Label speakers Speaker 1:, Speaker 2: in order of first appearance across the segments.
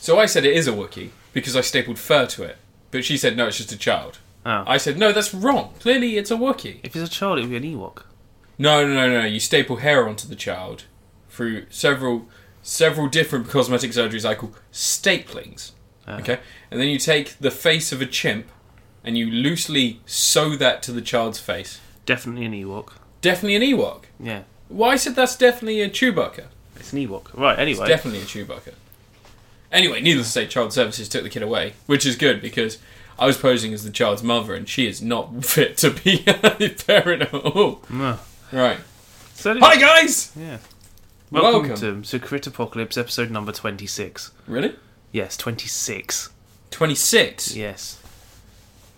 Speaker 1: So I said it is a Wookiee because I stapled fur to it. But she said, no, it's just a child.
Speaker 2: Oh.
Speaker 1: I said, no, that's wrong. Clearly it's a Wookiee.
Speaker 2: If it's a child, it would be an Ewok.
Speaker 1: No, no, no, no. You staple hair onto the child through several several different cosmetic surgeries I call staplings.
Speaker 2: Uh, Uh-huh.
Speaker 1: Okay? And then you take the face of a chimp and you loosely sew that to the child's face.
Speaker 2: Definitely an Ewok.
Speaker 1: Definitely an Ewok.
Speaker 2: Yeah.
Speaker 1: Well, I said that's definitely a Chewbacca.
Speaker 2: It's an Ewok. Right, anyway.
Speaker 1: Definitely a Chewbacca. Anyway, needless to say, Child Services took the kid away, which is good because I was posing as the child's mother and she is not fit to be a parent at all.
Speaker 2: No.
Speaker 1: Right.
Speaker 2: Ah. So did-
Speaker 1: Hi, guys!
Speaker 2: Yeah. Welcome,
Speaker 1: Welcome.
Speaker 2: to, to Crit Apocalypse episode number 26.
Speaker 1: Really?
Speaker 2: Yes, 26.
Speaker 1: 26.
Speaker 2: Yes.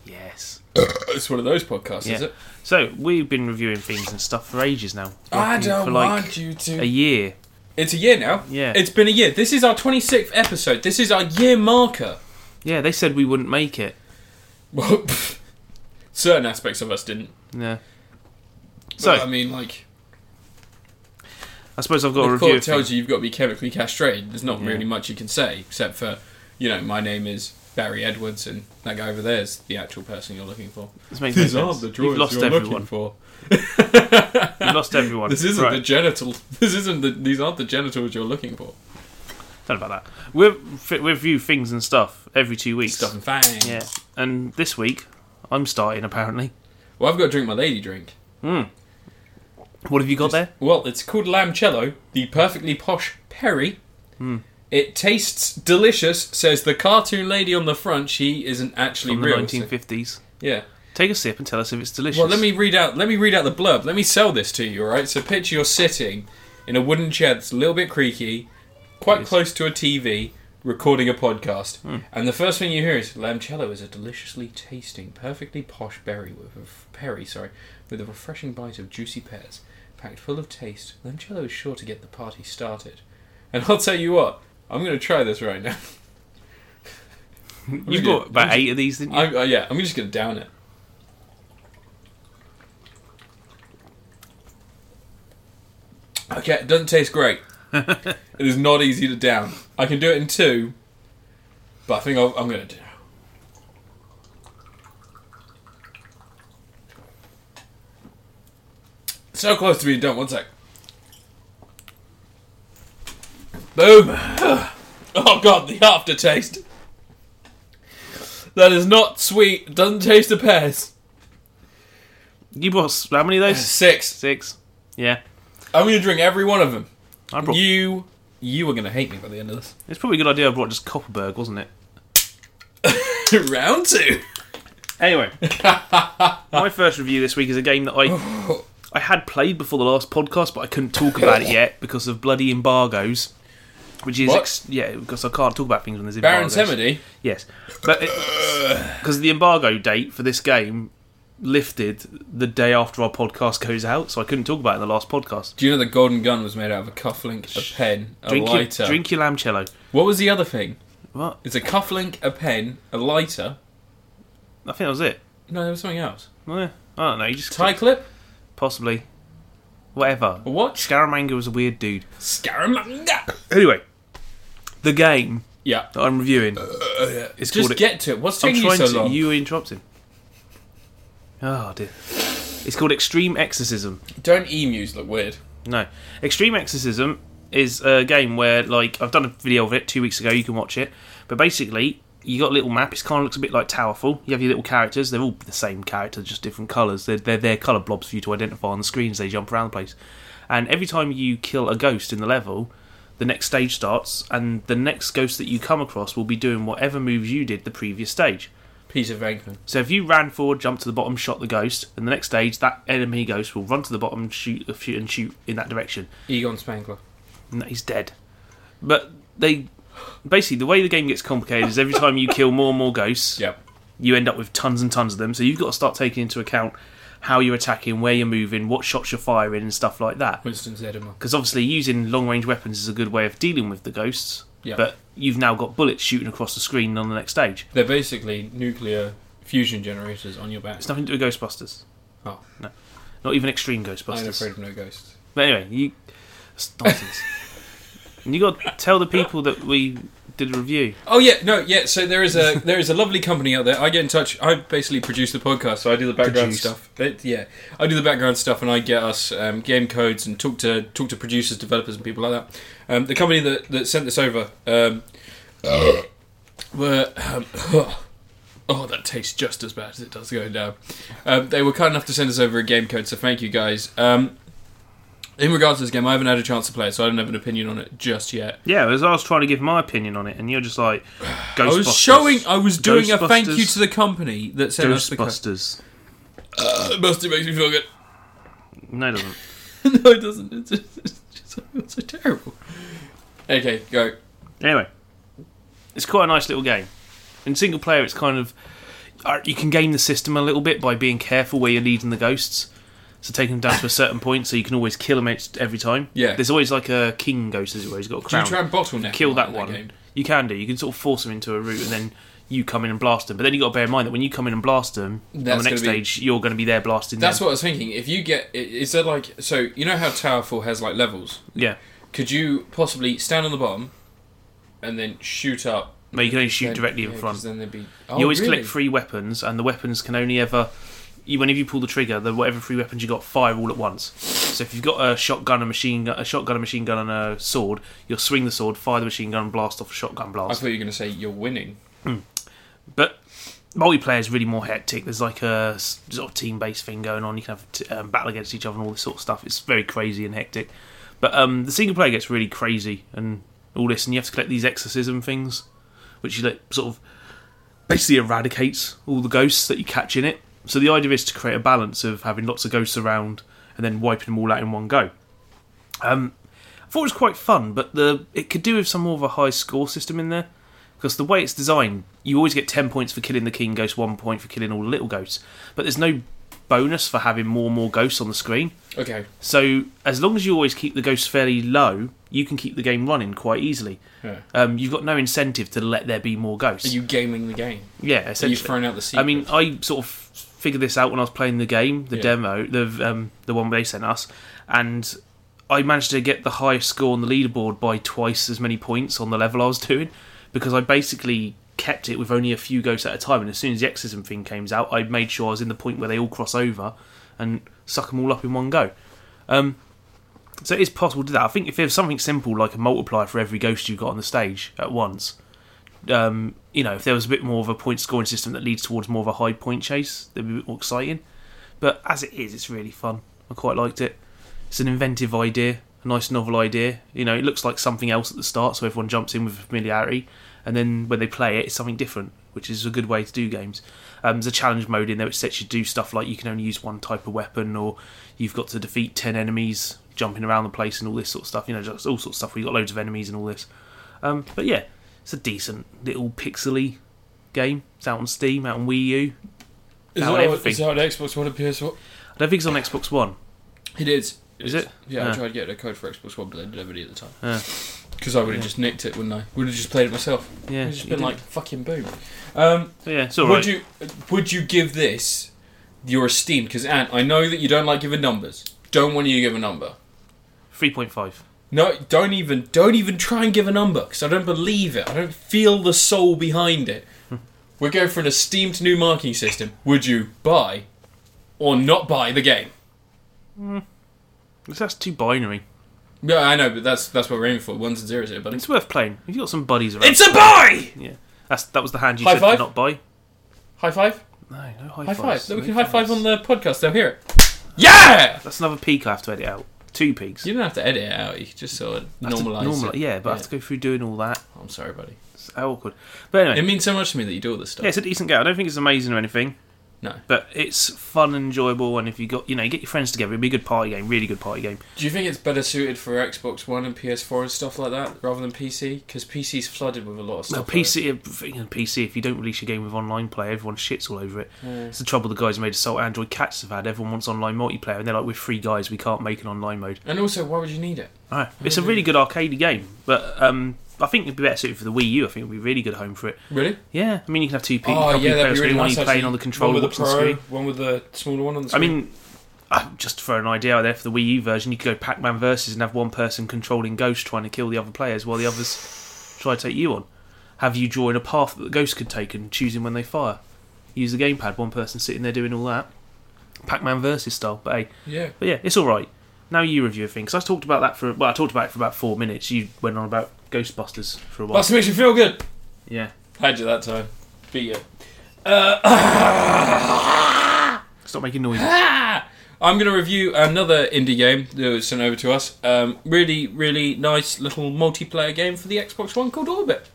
Speaker 2: Yes.
Speaker 1: Uh, It's one of those podcasts, is
Speaker 2: Yeah.
Speaker 1: it?
Speaker 2: So, we've been reviewing things and stuff for ages now.
Speaker 1: I
Speaker 2: Like,
Speaker 1: don't
Speaker 2: for like
Speaker 1: want you to.
Speaker 2: a year.
Speaker 1: It's a year now.
Speaker 2: Yeah.
Speaker 1: It's been a year. This is our 26th episode. This is our year marker.
Speaker 2: Yeah, they said we wouldn't make it.
Speaker 1: Well, pff, certain aspects of us didn't.
Speaker 2: Yeah.
Speaker 1: So,
Speaker 2: So,
Speaker 1: I
Speaker 2: I,
Speaker 1: mean, like,
Speaker 2: suppose I've got a
Speaker 1: the
Speaker 2: review.
Speaker 1: court
Speaker 2: of things.
Speaker 1: tells you you've got to be chemically castrated. There's not
Speaker 2: Yeah.
Speaker 1: really much you can say, except for, you know, my name is Barry Edwards, and that guy over there is the actual person you're looking for.
Speaker 2: This makes no
Speaker 1: These aren't
Speaker 2: sense.
Speaker 1: the
Speaker 2: We've
Speaker 1: droids
Speaker 2: lost
Speaker 1: you're looking
Speaker 2: everyone.
Speaker 1: for.
Speaker 2: We've lost everyone.
Speaker 1: This isn't
Speaker 2: Right.
Speaker 1: the genital. This isn't the. These aren't the genitals you're looking for.
Speaker 2: Don't know about that. We we review things and stuff every two weeks.
Speaker 1: Stuff and fangs.
Speaker 2: Yeah, and this week I'm starting apparently.
Speaker 1: Well, I've got to drink my lady drink.
Speaker 2: What have you got there?
Speaker 1: Well, it's called Lamcello, the perfectly posh Perry.
Speaker 2: Hmm.
Speaker 1: It tastes delicious, says the cartoon lady on the front. She isn't actually
Speaker 2: From the
Speaker 1: real.
Speaker 2: 1950s.
Speaker 1: Yeah.
Speaker 2: Take a sip and tell us if it's delicious.
Speaker 1: Well, let me read out. Let me read out the blurb. Let me sell this to you. All right. So picture you're sitting in a wooden chair that's a little bit creaky, quite close to a TV, recording a podcast, and the first thing you hear is Lamcello is a deliciously tasting, perfectly posh berry with a f- perry, sorry, with a refreshing bite of juicy pears, packed full of taste. Lamcello is sure to get the party started. And I'll tell you what, I'm going to try this right now.
Speaker 2: You got about eight of these, didn't you?
Speaker 1: I, uh, yeah, I'm just going to down it. Okay, it doesn't taste great. it is not easy to down. I can do it in two, but I think I'll, I'm going to do. So close to being done. One sec. Boom. Oh god, the aftertaste. That is not sweet. Doesn't taste of pears.
Speaker 2: You bought s- how many of those?
Speaker 1: Six.
Speaker 2: Six. Yeah,
Speaker 1: I'm gonna drink every one of them.
Speaker 2: I brought.
Speaker 1: You, you are gonna hate me by the end of this.
Speaker 2: It's probably a good idea. I brought just Copperberg, wasn't it?
Speaker 1: Round two.
Speaker 2: Anyway, my first review this week is a game that I I had played before the last podcast, but I couldn't talk about it yet because of bloody embargoes. Which is
Speaker 1: What?
Speaker 2: ex- yeah, because I can't talk about things when there's
Speaker 1: Baron
Speaker 2: embargoes.
Speaker 1: Temedy.
Speaker 2: Yes, but because the embargo date for this game lifted the day after our podcast goes out, so I couldn't talk about it in the last podcast.
Speaker 1: Do you know the golden gun was made out of a cufflink, a pen, a
Speaker 2: Drink your,
Speaker 1: lighter?
Speaker 2: drink your lamcello.
Speaker 1: What was the other thing?
Speaker 2: What?
Speaker 1: It's a cufflink, a pen, a lighter.
Speaker 2: I think that was it.
Speaker 1: No, there was something else.
Speaker 2: Well, yeah, I don't know. You just
Speaker 1: Tie clip?
Speaker 2: possibly whatever.
Speaker 1: A watch?
Speaker 2: Scaramanga was a weird dude.
Speaker 1: Scaramanga.
Speaker 2: Anyway, the game
Speaker 1: Yeah.
Speaker 2: that I'm reviewing is
Speaker 1: Just
Speaker 2: called.
Speaker 1: get to it. What's
Speaker 2: I'm
Speaker 1: taking you
Speaker 2: trying
Speaker 1: so
Speaker 2: to.
Speaker 1: long?
Speaker 2: You were interrupting. Oh dear. It's called Extreme Exorcism.
Speaker 1: Don't emus look weird.
Speaker 2: No. Extreme Exorcism is a game where, like, I've done a video of it two weeks ago. You can watch it. But basically, you got a little map. It kind of looks a bit like Towerfall. You have your little characters. They're all the same character, just different colours. They're, they're their colour blobs for you to identify on the screens. They jump around the place. And every time you kill a ghost in the level, the next stage starts, and the next ghost that you come across will be doing whatever moves you did the previous stage.
Speaker 1: Peter Venkman.
Speaker 2: So if you ran forward, jumped to the bottom, shot the ghost, and the next stage, that enemy ghost will run to the bottom, shoot, shoot and shoot in that direction
Speaker 1: Egon Spangler.
Speaker 2: and that he's dead. But they basically the way the game gets complicated is every time you kill more and more ghosts,
Speaker 1: Yep.
Speaker 2: you end up with tons and tons of them. So you've got to start taking into account how you're attacking, where you're moving, what shots you're firing, and stuff like that.
Speaker 1: Winston Zeddemore.
Speaker 2: Because obviously using long range weapons is a good way of dealing with the ghosts.
Speaker 1: Yeah.
Speaker 2: But you've now got bullets shooting across the screen on the next stage.
Speaker 1: They're basically nuclear fusion generators on your back.
Speaker 2: It's nothing to do with Ghostbusters.
Speaker 1: Oh.
Speaker 2: no, not even extreme
Speaker 1: I'm
Speaker 2: Ghostbusters.
Speaker 1: afraid of no ghosts.
Speaker 2: But anyway, you it's nonsense. and you got to tell the people that we did a review.
Speaker 1: Oh yeah, no, yeah. So there is a there is a lovely company out there. I get in touch. I basically produce the podcast, so I do the background
Speaker 2: Produce.
Speaker 1: stuff. It- yeah, I do the background stuff, and I get us um, game codes and talk to talk to producers, developers, and people like that. Um, the company that, that sent this over um, were um, oh, that tastes just as bad as it does going down. Um, they were kind enough to send us over a game code, so thank you guys. Um, in regards to this game, I haven't had a chance to play it, so I don't have an opinion on it just yet.
Speaker 2: Yeah, as I was trying to give my opinion on it, and you're just like, Ghostbusters.
Speaker 1: I was showing. I was doing a thank you
Speaker 2: Ghostbusters.
Speaker 1: to the company that sent us the code.
Speaker 2: Ghostbusters.
Speaker 1: It must it Uh, makes me feel good.
Speaker 2: No, it doesn't.
Speaker 1: no, it doesn't. It's just, it's just it's so terrible. Okay, go.
Speaker 2: Anyway, it's quite a nice little game. In single player, it's kind of uh, you can game the system a little bit by being careful where you're leading the ghosts. So taking them down to a certain point, so you can always kill them each- every time.
Speaker 1: Yeah.
Speaker 2: there's always like a king ghost as it were. He's got a
Speaker 1: Do
Speaker 2: crown.
Speaker 1: you try and bottleneck?
Speaker 2: kill
Speaker 1: him
Speaker 2: that
Speaker 1: in
Speaker 2: one.
Speaker 1: game?
Speaker 2: You can do. You can sort of force them into a route, and then you come in and blast them. But then you got to bear in mind that when you come in and blast them on
Speaker 1: That's
Speaker 2: the next
Speaker 1: gonna be-
Speaker 2: stage, you're going to be there blasting.
Speaker 1: That's
Speaker 2: them.
Speaker 1: what I was thinking. If you get, i- is there like so? You know how Towerfall has like levels.
Speaker 2: Yeah.
Speaker 1: Could you possibly stand on the bottom, and then shoot up?
Speaker 2: No, you can only shoot
Speaker 1: Then-
Speaker 2: directly in
Speaker 1: yeah, 'cause
Speaker 2: front.
Speaker 1: Then they'd be. Oh,
Speaker 2: you always
Speaker 1: really?
Speaker 2: collect three weapons, and the weapons can only ever. You, whenever you pull the trigger, the whatever three weapons you got fire all at once. So if you've got a shotgun, a machine gun, a shotgun, a machine gun, and a sword, you'll swing the sword, fire the machine gun, blast off a shotgun
Speaker 1: I
Speaker 2: blast.
Speaker 1: thought you were going to say you're winning.
Speaker 2: But multiplayer is really more hectic. There's like a s- sort of team-based thing going on. You can have t- um, battle against each other and all this sort of stuff. It's very crazy and hectic. But um, the single player gets really crazy and all this, and you have to collect these exorcism things, which you like, sort of basically eradicates all the ghosts that you catch in it. So the idea is to create a balance of having lots of ghosts around and then wiping them all out in one go. Um, I thought it was quite fun, but the it could do with some more of a high score system in there because the way it's designed, you always get ten points for killing the king ghost, one point for killing all the little ghosts, but there's no bonus for having more and more ghosts on the screen.
Speaker 1: Okay.
Speaker 2: So as long as you always keep the ghosts fairly low, you can keep the game running quite easily.
Speaker 1: Yeah.
Speaker 2: Um, you've got no incentive to let there be more
Speaker 1: Are
Speaker 2: ghosts.
Speaker 1: you gaming the game?
Speaker 2: yeah,
Speaker 1: Are you
Speaker 2: essentially.
Speaker 1: throwing out the secret?
Speaker 2: I mean, I sort of figured this out when I was playing the game, the
Speaker 1: Yeah.
Speaker 2: demo, the um, the one they sent us, and I managed to get the highest score on the leaderboard by twice as many points on the level I was doing because I basically kept it with only a few ghosts at a time. And as soon as the exorcism thing came out, I made sure I was in the point where they all cross over and suck them all up in one go. Um, so it is possible to do that. I think if there's something simple like a multiplier for every ghost you've got on the stage at once, um, you know, if there was a bit more of a point scoring system that leads towards more of a high point chase, that'd be a bit more exciting. But as it is, it's really fun. I quite liked it. It's an inventive idea, a nice novel idea. You know, it looks like something else at the start, so everyone jumps in with familiarity, and then when they play it, it's something different, which is a good way to do games. Um, there's a challenge mode in there which lets you do stuff like you can only use one type of weapon, or you've got to defeat ten enemies, jumping around the place, and all this sort of stuff. You know, just all sorts of stuff. where you have got loads of enemies and all this. Um, but yeah, it's a decent little pixely game. It's out on Steam, out on Wii U.
Speaker 1: is
Speaker 2: out
Speaker 1: that, what,
Speaker 2: everything.
Speaker 1: is that what Xbox One and PS4?
Speaker 2: I don't think it's on Xbox One.
Speaker 1: It is.
Speaker 2: Is it?
Speaker 1: Yeah,
Speaker 2: Ah.
Speaker 1: I tried to get a code for Xbox One, but they didn't have any at the
Speaker 2: Ah.
Speaker 1: time. Because I would have just nicked it, wouldn't I? Would have just played it myself.
Speaker 2: Yeah,
Speaker 1: It's just
Speaker 2: you
Speaker 1: been
Speaker 2: did.
Speaker 1: like fucking boom. Um,
Speaker 2: So yeah, it's
Speaker 1: would
Speaker 2: all right.
Speaker 1: you would you give this your esteem? Because Ant, I know that you don't like giving numbers. Don't want you to give a number.
Speaker 2: Three point five.
Speaker 1: No, don't even don't even try and give a number because I don't believe it. I don't feel the soul behind it.
Speaker 2: Hmm.
Speaker 1: We're going for an esteemed new marking system. Would you buy or not buy the game?
Speaker 2: That's too binary.
Speaker 1: Yeah, I know, but that's that's what we're aiming for. Ones and zeros here, buddy.
Speaker 2: It's worth playing. If you have got some buddies around,
Speaker 1: It's a buy.
Speaker 2: yeah. That's that was the hand you
Speaker 1: High
Speaker 2: said
Speaker 1: five?
Speaker 2: to not buy.
Speaker 1: High five.
Speaker 2: No, no high,
Speaker 1: High five.
Speaker 2: fives,
Speaker 1: Then we
Speaker 2: no
Speaker 1: can high five
Speaker 2: fives.
Speaker 1: on the podcast. They'll hear it. Yeah.
Speaker 2: That's another peak I have to edit out. Two peaks.
Speaker 1: You don't have to edit it out. You can just sort of
Speaker 2: I have to
Speaker 1: normalize
Speaker 2: normali-
Speaker 1: it.
Speaker 2: Yeah, but I have to go through doing all that.
Speaker 1: I'm sorry, buddy.
Speaker 2: It's how awkward. But anyway,
Speaker 1: It means so much to me that you do all this stuff.
Speaker 2: yeah, it's a decent game. I don't think it's amazing or anything.
Speaker 1: No.
Speaker 2: But it's fun and enjoyable, and if you got you know you get your friends together, it'd be a good party game. Really good party game.
Speaker 1: Do you think it's better suited for Xbox One and PS4 and stuff like that rather than PC? Because PC's flooded with a lot of
Speaker 2: Well,
Speaker 1: stuff.
Speaker 2: PC, thinking of PC. If you don't release your game with online play, everyone shits all over it.
Speaker 1: Yeah.
Speaker 2: It's the trouble the guys who made Assault Android Cats have had. Everyone wants online multiplayer, and they're like, "We're three guys, we can't make an online mode."
Speaker 1: And also, why would you need it?
Speaker 2: No, it's a really good arcade game, but um, I think it'd be better suited for the Wii U. I think it'd be a really good home for it.
Speaker 1: Really?
Speaker 2: Yeah, I mean, you can have two people,
Speaker 1: Oh,
Speaker 2: couple
Speaker 1: yeah,
Speaker 2: of
Speaker 1: that'd
Speaker 2: players,
Speaker 1: be really
Speaker 2: really
Speaker 1: nice.
Speaker 2: one playing
Speaker 1: actually.
Speaker 2: on the controller,
Speaker 1: one with
Speaker 2: watching
Speaker 1: the
Speaker 2: the
Speaker 1: Pro,
Speaker 2: screen.
Speaker 1: one with the smaller one on the
Speaker 2: I
Speaker 1: screen.
Speaker 2: mean, I'm just throwing an idea out there for the Wii U version. You could go Pac-Man versus and have one person controlling Ghost trying to kill the other players while the others try to take you on. have you drawing a path that the ghost could take and choosing when they fire. Use the gamepad, one person sitting there doing all that. Pac Man versus style, but hey,
Speaker 1: Yeah.
Speaker 2: but yeah, it's all right. Now you review a thing because I talked about that for well, I talked about it for about four minutes. You went on about Ghostbusters for a while.
Speaker 1: That's to make you feel good.
Speaker 2: yeah,
Speaker 1: Had you that time. Be you.
Speaker 2: stop making noises.
Speaker 1: Ah! I'm going to review another indie game that was sent over to us. Um, really, really nice little multiplayer game for the Xbox One called Orbit.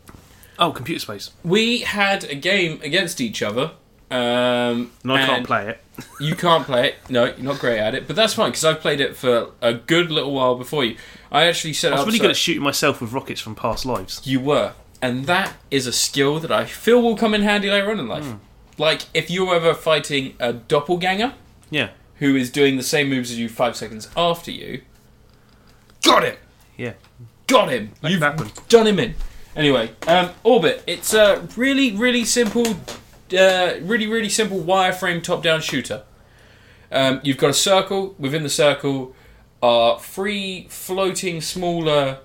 Speaker 2: oh, computer space.
Speaker 1: We had a game against each other. Um,
Speaker 2: And I
Speaker 1: and
Speaker 2: can't play it.
Speaker 1: You can't play it. No, you're not great at it. But that's fine because I've played it for a good little while before you. I actually set
Speaker 2: I
Speaker 1: up.
Speaker 2: was really
Speaker 1: so-
Speaker 2: good at shooting myself with rockets from past lives.
Speaker 1: You were. And that is a skill that I feel will come in handy later on in life.
Speaker 2: Hmm.
Speaker 1: Like, if you're ever fighting a doppelganger
Speaker 2: Yeah,
Speaker 1: who is doing the same moves as you five seconds after you, got it!
Speaker 2: yeah.
Speaker 1: Got him! You've
Speaker 2: that one.
Speaker 1: done him in. Anyway, um, Orbit. It's a really, really simple, uh, really, really simple wireframe top-down shooter. Um, you've got a circle. Within the circle are three floating, smaller,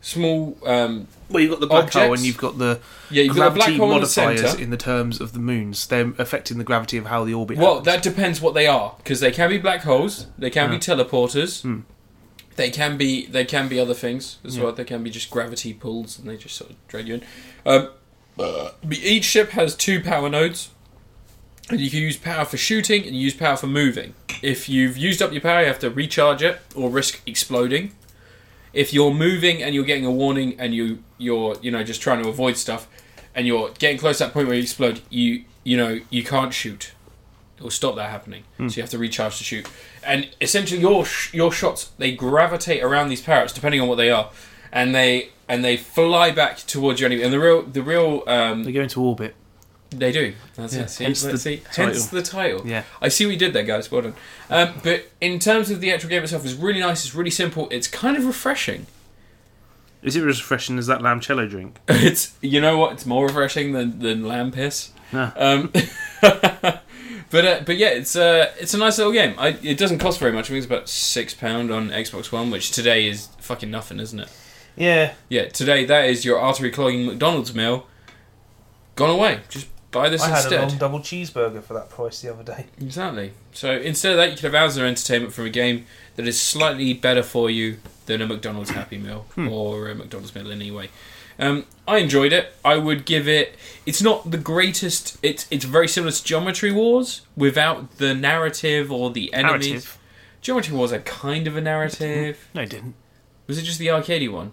Speaker 1: small um,
Speaker 2: Well, you've got the black hole
Speaker 1: Objects.
Speaker 2: and you've got the
Speaker 1: Yeah, you've got a
Speaker 2: gravity
Speaker 1: black hole in the
Speaker 2: modifiers
Speaker 1: centre.
Speaker 2: in the terms of the moons. They're affecting the gravity of how the orbit.
Speaker 1: Well,
Speaker 2: happens.
Speaker 1: that depends what they are, because they can be black holes, they can be teleporters, they can be they can be other things as well. They can be just gravity pulls, and they just sort of drag you in. Um, but each ship has two power nodes, and you can use power for shooting and you use power for moving. If you've used up your power, you have to recharge it or risk exploding. If you're moving and you're getting a warning and you you're you know just trying to avoid stuff, and you're getting close to that point where you explode, you you know you can't shoot or stop that happening. So you have to recharge to shoot. And essentially, your sh- your shots they gravitate around these parrots depending on what they are, and they and they fly back towards your enemy. And the real the real um,
Speaker 2: they go into orbit.
Speaker 1: they do. That's it. See,
Speaker 2: hence the
Speaker 1: let's see.
Speaker 2: title.
Speaker 1: Hence the title.
Speaker 2: Yeah.
Speaker 1: I see what you did there, guys. Well done. Um, but in terms of the actual game itself, it's really nice. It's really simple. It's kind of refreshing.
Speaker 2: Is it as refreshing as that lamcello drink?
Speaker 1: It's you know what? It's more refreshing than than lamb piss.
Speaker 2: No.
Speaker 1: Um, but uh, but yeah, it's uh, it's a nice little game. I, it doesn't cost very much. I think it's about six pound on Xbox One, which today is fucking nothing, isn't it?
Speaker 2: Yeah,
Speaker 1: Yeah, today that is your artery clogging McDonald's meal gone away. Just buy this instead.
Speaker 2: double cheeseburger for that price the other day.
Speaker 1: Exactly. So instead of that, you could have hours of entertainment from a game that is slightly better for you than a McDonald's Happy Meal or a McDonald's meal in any way. Um, I enjoyed it. I would give it. It's not the greatest. It's it's very similar to Geometry Wars without the narrative or the enemies.
Speaker 2: Narrative? Mm-hmm.
Speaker 1: Geometry Wars are kind of a narrative.
Speaker 2: No, it didn't.
Speaker 1: Was it just the arcadey one?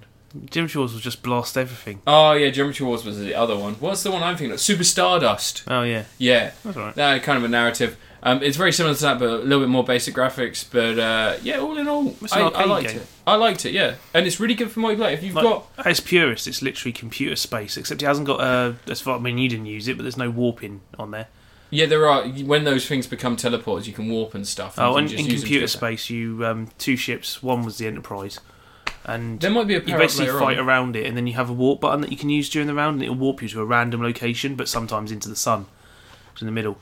Speaker 2: Jim Shaw's was just blast everything.
Speaker 1: Oh yeah, Geometry Wars was the other one. What's the one I'm thinking of? Super Stardust.
Speaker 2: Oh yeah,
Speaker 1: Yeah,
Speaker 2: that's all right.
Speaker 1: that kind of a narrative. Um, it's very similar to that, but a little bit more basic graphics. But uh, yeah, all in all,
Speaker 2: It's
Speaker 1: I,
Speaker 2: an
Speaker 1: I
Speaker 2: arcade
Speaker 1: liked
Speaker 2: game.
Speaker 1: it. I liked it, yeah, and it's really good for multiplayer. If you've
Speaker 2: Like,
Speaker 1: got
Speaker 2: as purist, it's literally computer space, except it hasn't got. Uh, as far I mean, you didn't use it, but there's no warping on there.
Speaker 1: yeah, there are when those things become teleports, you can warp and stuff.
Speaker 2: Oh,
Speaker 1: you can
Speaker 2: and in
Speaker 1: use them
Speaker 2: computer
Speaker 1: together.
Speaker 2: space, you um, two ships. One was the Enterprise, and
Speaker 1: There might be a
Speaker 2: you
Speaker 1: power
Speaker 2: basically
Speaker 1: later
Speaker 2: fight
Speaker 1: on.
Speaker 2: around it, and then you have a warp button that you can use during the round, and it'll warp you to a random location, but sometimes into the sun, which is in the middle.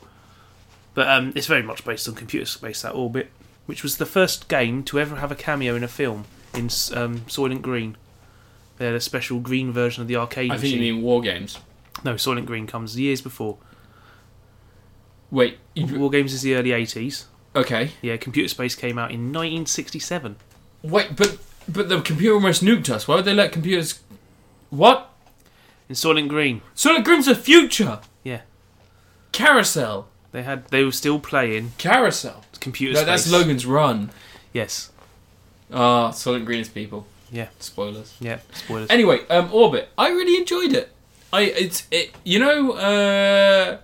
Speaker 2: But um, it's very much based on computer space that orbit, which was the first game to ever have a cameo in a film in S- um, Soylent Green. They had a special green version of the arcade
Speaker 1: I think
Speaker 2: machine.
Speaker 1: you mean war games.
Speaker 2: No, Soylent Green comes years before.
Speaker 1: Wait, you,
Speaker 2: War Games is the early 80s.
Speaker 1: okay,
Speaker 2: Yeah, Computer Space came out in 1967.
Speaker 1: wait, but but the computer almost nuked us. Why would they let computers? What?
Speaker 2: In Soylent Green,
Speaker 1: Sonic Grimm's the future.
Speaker 2: Yeah.
Speaker 1: Carousel,
Speaker 2: they had they were still playing
Speaker 1: carousel.
Speaker 2: Computer
Speaker 1: No,
Speaker 2: Space.
Speaker 1: that's Logan's Run.
Speaker 2: Yes.
Speaker 1: Ah, Sonic Green's people.
Speaker 2: Yeah.
Speaker 1: Spoilers.
Speaker 2: Yeah. Spoilers.
Speaker 1: Anyway, um, Orbit. I really enjoyed it. I it's it. You know, uh,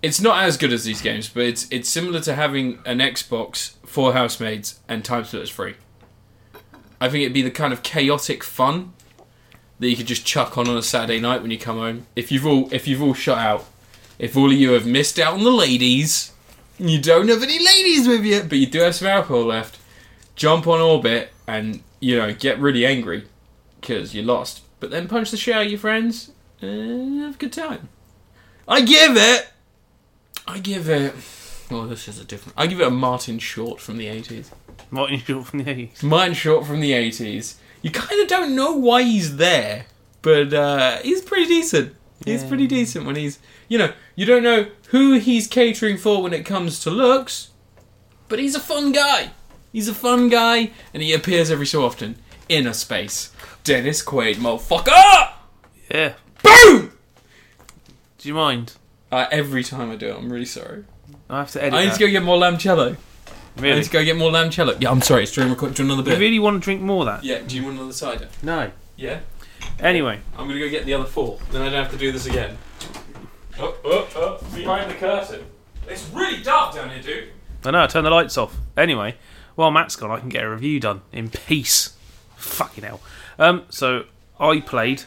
Speaker 1: it's not as good as these games, but it's it's similar to having an Xbox, four housemaids, and Time Splitters free. I think it'd be the kind of chaotic fun that you could just chuck on on a Saturday night when you come home. If you've all if you've all shut out, if all of you have missed out on the ladies, and you don't have any ladies with you, but you do have some alcohol left. Jump on Orbit and you know get really angry because you lost. But then punch the shit out of your friends and have a good time. I give it. I give it. Oh, this is a different. I give it a Martin Short from the 80s.
Speaker 2: Martin Short from the 80s.
Speaker 1: Martin Short from the 80s. You kind of don't know why he's there. but uh, he's pretty decent. He's
Speaker 2: Yeah.
Speaker 1: pretty decent when he's, you know, you don't know who he's catering for when it comes to looks, but he's a fun guy. He's a fun guy, and he appears every so often in a space. Dennis Quaid, motherfucker!
Speaker 2: Yeah.
Speaker 1: Boom!
Speaker 2: Do you mind?
Speaker 1: Uh, every time I do it, I'm really sorry.
Speaker 2: I have to edit.
Speaker 1: I need
Speaker 2: that.
Speaker 1: to go get more lamcello. I
Speaker 2: Really?
Speaker 1: need to go get more lamcello. Yeah, I'm sorry. It's during record. Do you want
Speaker 2: You
Speaker 1: another beer?
Speaker 2: really want to drink more of that?
Speaker 1: Yeah. Do you want another cider?
Speaker 2: No.
Speaker 1: Yeah.
Speaker 2: Anyway,
Speaker 1: I'm gonna go get the other four. Then I don't have to do this again. Oh, oh, oh! Behind the curtain. It's really dark down here, dude.
Speaker 2: I know. I turn the lights off. Anyway, while Matt's gone, I can get a review done in peace. Fucking hell. Um. So I played.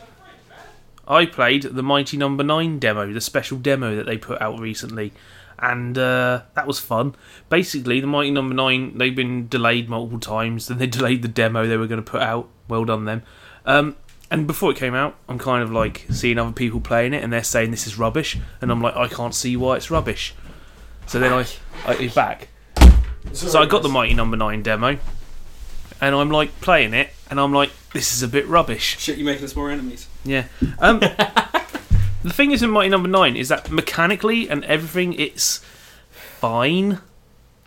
Speaker 2: I played the Mighty Number Nine demo, the special demo that they put out recently, and uh, that was fun. Basically, the Mighty Number Nine they've been delayed multiple times. Then they delayed the demo they were going to put out. Well done them. Um, and before it came out, I'm kind of like seeing other people playing it, and they're saying this is rubbish, and I'm like, I can't see why it's rubbish. So then I, I it's Uh, back. So I got the Mighty Number Nine demo, and I'm like playing it, and I'm like, this is a bit rubbish.
Speaker 1: Shit, you're making us more enemies.
Speaker 2: Yeah. Um, the thing is in Mighty Number Nine is that mechanically and everything, it's fine.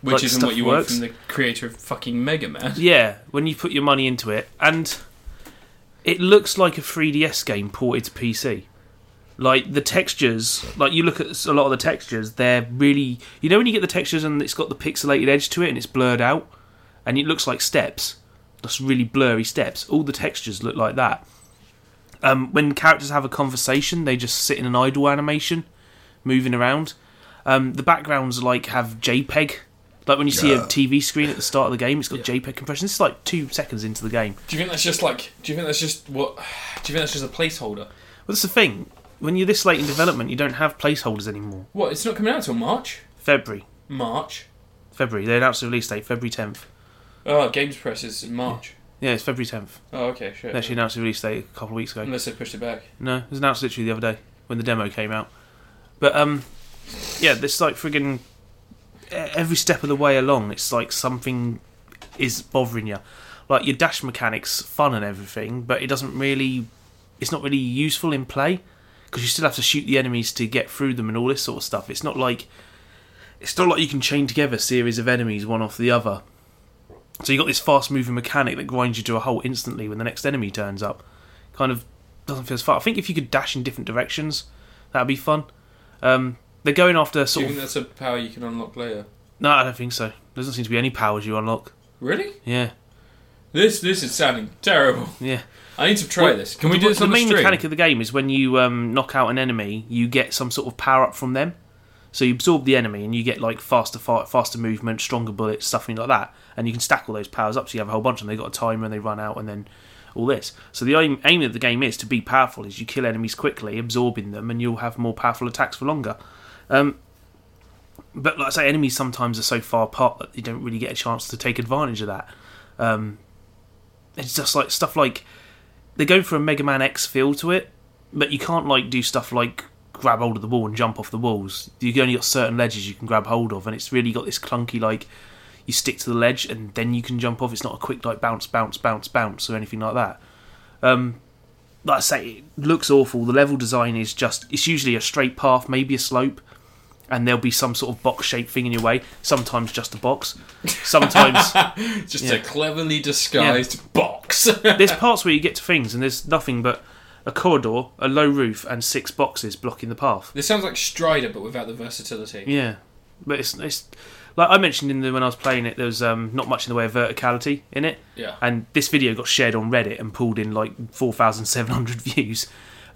Speaker 1: Which
Speaker 2: Like,
Speaker 1: isn't
Speaker 2: stuff
Speaker 1: what you
Speaker 2: works.
Speaker 1: want from the creator of fucking Mega Man.
Speaker 2: Yeah, when you put your money into it, and it looks like a 3DS game ported to PC. Like the textures, like you look at a lot of the textures, they're really. You know when you get the textures and it's got the pixelated edge to it and it's blurred out, and it looks like steps. That's really blurry steps. All the textures look like that. Um, when characters have a conversation, they just sit in an idle animation, moving around. Um, the backgrounds like have JPEG. Like when you see a
Speaker 1: Yeah.
Speaker 2: TV screen at the start of the game, it's got JPEG compression. This is like two seconds into the game.
Speaker 1: Do you think that's just like? Do you think that's just what? Do you think that's just a placeholder?
Speaker 2: Well, that's the thing. When you're this late in development, you don't have placeholders anymore.
Speaker 1: What? It's not coming out till March.
Speaker 2: February.
Speaker 1: March.
Speaker 2: February. They announced the release date, February 10th.
Speaker 1: Oh, Games Press is in March.
Speaker 2: Yeah, it's February 10th.
Speaker 1: Oh, okay, shit.
Speaker 2: They actually announced the release date a couple of weeks ago.
Speaker 1: Unless they pushed it back.
Speaker 2: No, it was announced literally the other day when the demo came out. But um, yeah, this like friggin' e- every step of the way along, it's like something is bothering you. Like your dash mechanics, fun and everything, but it doesn't really, it's not really useful in play because you still have to shoot the enemies to get through them and all this sort of stuff. It's not like, it's not like you can chain together a series of enemies one off the other. So you got this fast moving mechanic that grinds you to a halt instantly when the next enemy turns up. Kind of doesn't feel as far. I think if you could dash in different directions, that'd be fun. Um, they're going after
Speaker 1: Do you
Speaker 2: sort
Speaker 1: think
Speaker 2: of.
Speaker 1: that's a power you can unlock later?
Speaker 2: No, I don't think so. Doesn't seem to be any powers you unlock.
Speaker 1: Really?
Speaker 2: Yeah,
Speaker 1: This this is sounding terrible.
Speaker 2: yeah.
Speaker 1: I need to try
Speaker 2: Well,
Speaker 1: this. Can we do this
Speaker 2: the
Speaker 1: on the
Speaker 2: main
Speaker 1: stream?
Speaker 2: mechanic of the game is when you um, knock out an enemy, you get some sort of power up from them. So you absorb the enemy and you get like faster fight, faster movement, stronger bullets, stuff like that. And you can stack all those powers up. So you have a whole bunch of them. They got a timer and they run out and then all this. So the aim, aim of the game is to be powerful. Is you kill enemies quickly, absorbing them, and you'll have more powerful attacks for longer. Um, but like I say, enemies sometimes are so far apart that you don't really get a chance to take advantage of that. Um, it's just like stuff like they go for a Mega Man X feel to it, but you can't like do stuff like grab hold of the wall and jump off the walls. You've only got certain ledges you can grab hold of, and it's really got this clunky like you stick to the ledge and then you can jump off. It's not a quick like bounce, bounce, bounce, bounce or anything like that. Um, like I say, it looks awful. The level design is just it's usually a straight path, maybe a slope. And there'll be some sort of box shaped thing in your way. Sometimes just a box. Sometimes
Speaker 1: Just
Speaker 2: Yeah.
Speaker 1: a cleverly disguised box.
Speaker 2: there's parts where you get to things and there's nothing but a corridor, a low roof, and six boxes blocking the path.
Speaker 1: this sounds like Strider, but without the versatility.
Speaker 2: Yeah, but it's it's like I mentioned in the when I was playing it, there was um, not much in the way of verticality in it,
Speaker 1: Yeah.
Speaker 2: and this video got shared on Reddit and pulled in like four thousand seven hundred views.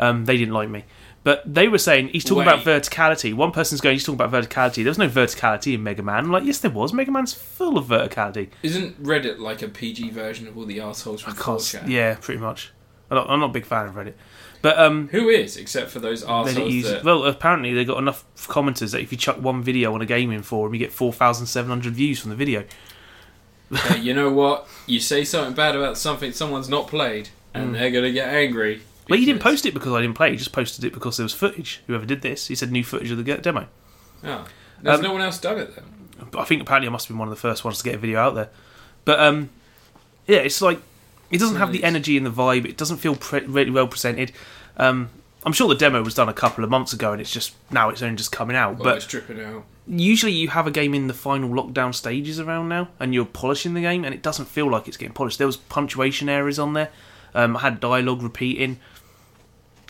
Speaker 2: Um, they didn't like me. But they were saying he's talking about
Speaker 1: Wait.
Speaker 2: verticality. One person's going, he's talking about verticality. There was no verticality in Mega Man. I'm like, yes, there was. Mega Man's full of verticality.
Speaker 1: Isn't Reddit like a PG version of all the assholes from
Speaker 2: I can't.
Speaker 1: 4chan?
Speaker 2: Yeah, pretty much. I'm not, I'm not a big fan of Reddit, but um,
Speaker 1: Who is, except for those
Speaker 2: They didn't
Speaker 1: assholes
Speaker 2: use
Speaker 1: that.
Speaker 2: Well, apparently they got enough commenters that if you chuck one video on a gaming forum, you get four thousand seven hundred views from the video.
Speaker 1: Hey, you know what? You say something bad about something someone's not played, and they're going to get angry.
Speaker 2: Mm. Well, you didn't
Speaker 1: because-
Speaker 2: post it because I didn't play. You just posted it because there was footage. Whoever did this, he said new footage of the ge- demo.
Speaker 1: Oh. There's
Speaker 2: Um,
Speaker 1: no one else done it then.
Speaker 2: But I think apparently I must have been one of the first ones to get a video out there. But um, yeah, it's like It doesn't have the
Speaker 1: Nice.
Speaker 2: energy and the vibe. It doesn't feel pre- really well presented. Um, I'm sure the demo was done a couple of months ago, and it's just now it's only just coming out.
Speaker 1: But
Speaker 2: But
Speaker 1: it's dripping out.
Speaker 2: usually you have a game in the final lockdown stages around now and you're polishing the game and it doesn't feel like it's getting polished there was punctuation errors on there um, i had dialogue repeating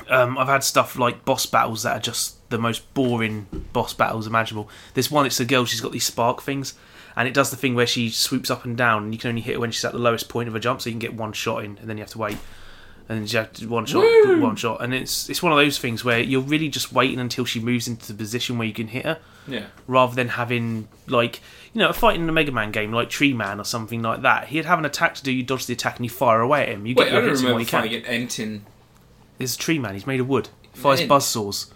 Speaker 2: um, i've had stuff like boss battles that are just the most boring boss battles imaginable There's one it's the girl she's got these spark things and it does the thing where she swoops up and down and you can only hit her when she's at the lowest point of a jump so you can get one shot in and then you have to wait and you have to one shot, one shot, and it's it's one of those things where you're really just waiting until she moves into the position where you can hit her
Speaker 1: Yeah.
Speaker 2: rather than having like you know a fight in a Mega Man game like Tree Man or something like that. He'd have an attack to do, you dodge the attack and you fire away at him. You
Speaker 1: Wait,
Speaker 2: get
Speaker 1: I
Speaker 2: your
Speaker 1: don't
Speaker 2: hits in while
Speaker 1: remember
Speaker 2: you can.
Speaker 1: fighting an Ent in.
Speaker 2: There's a Tree Man. He's made of wood. Fires
Speaker 1: Ent.
Speaker 2: buzzsaws.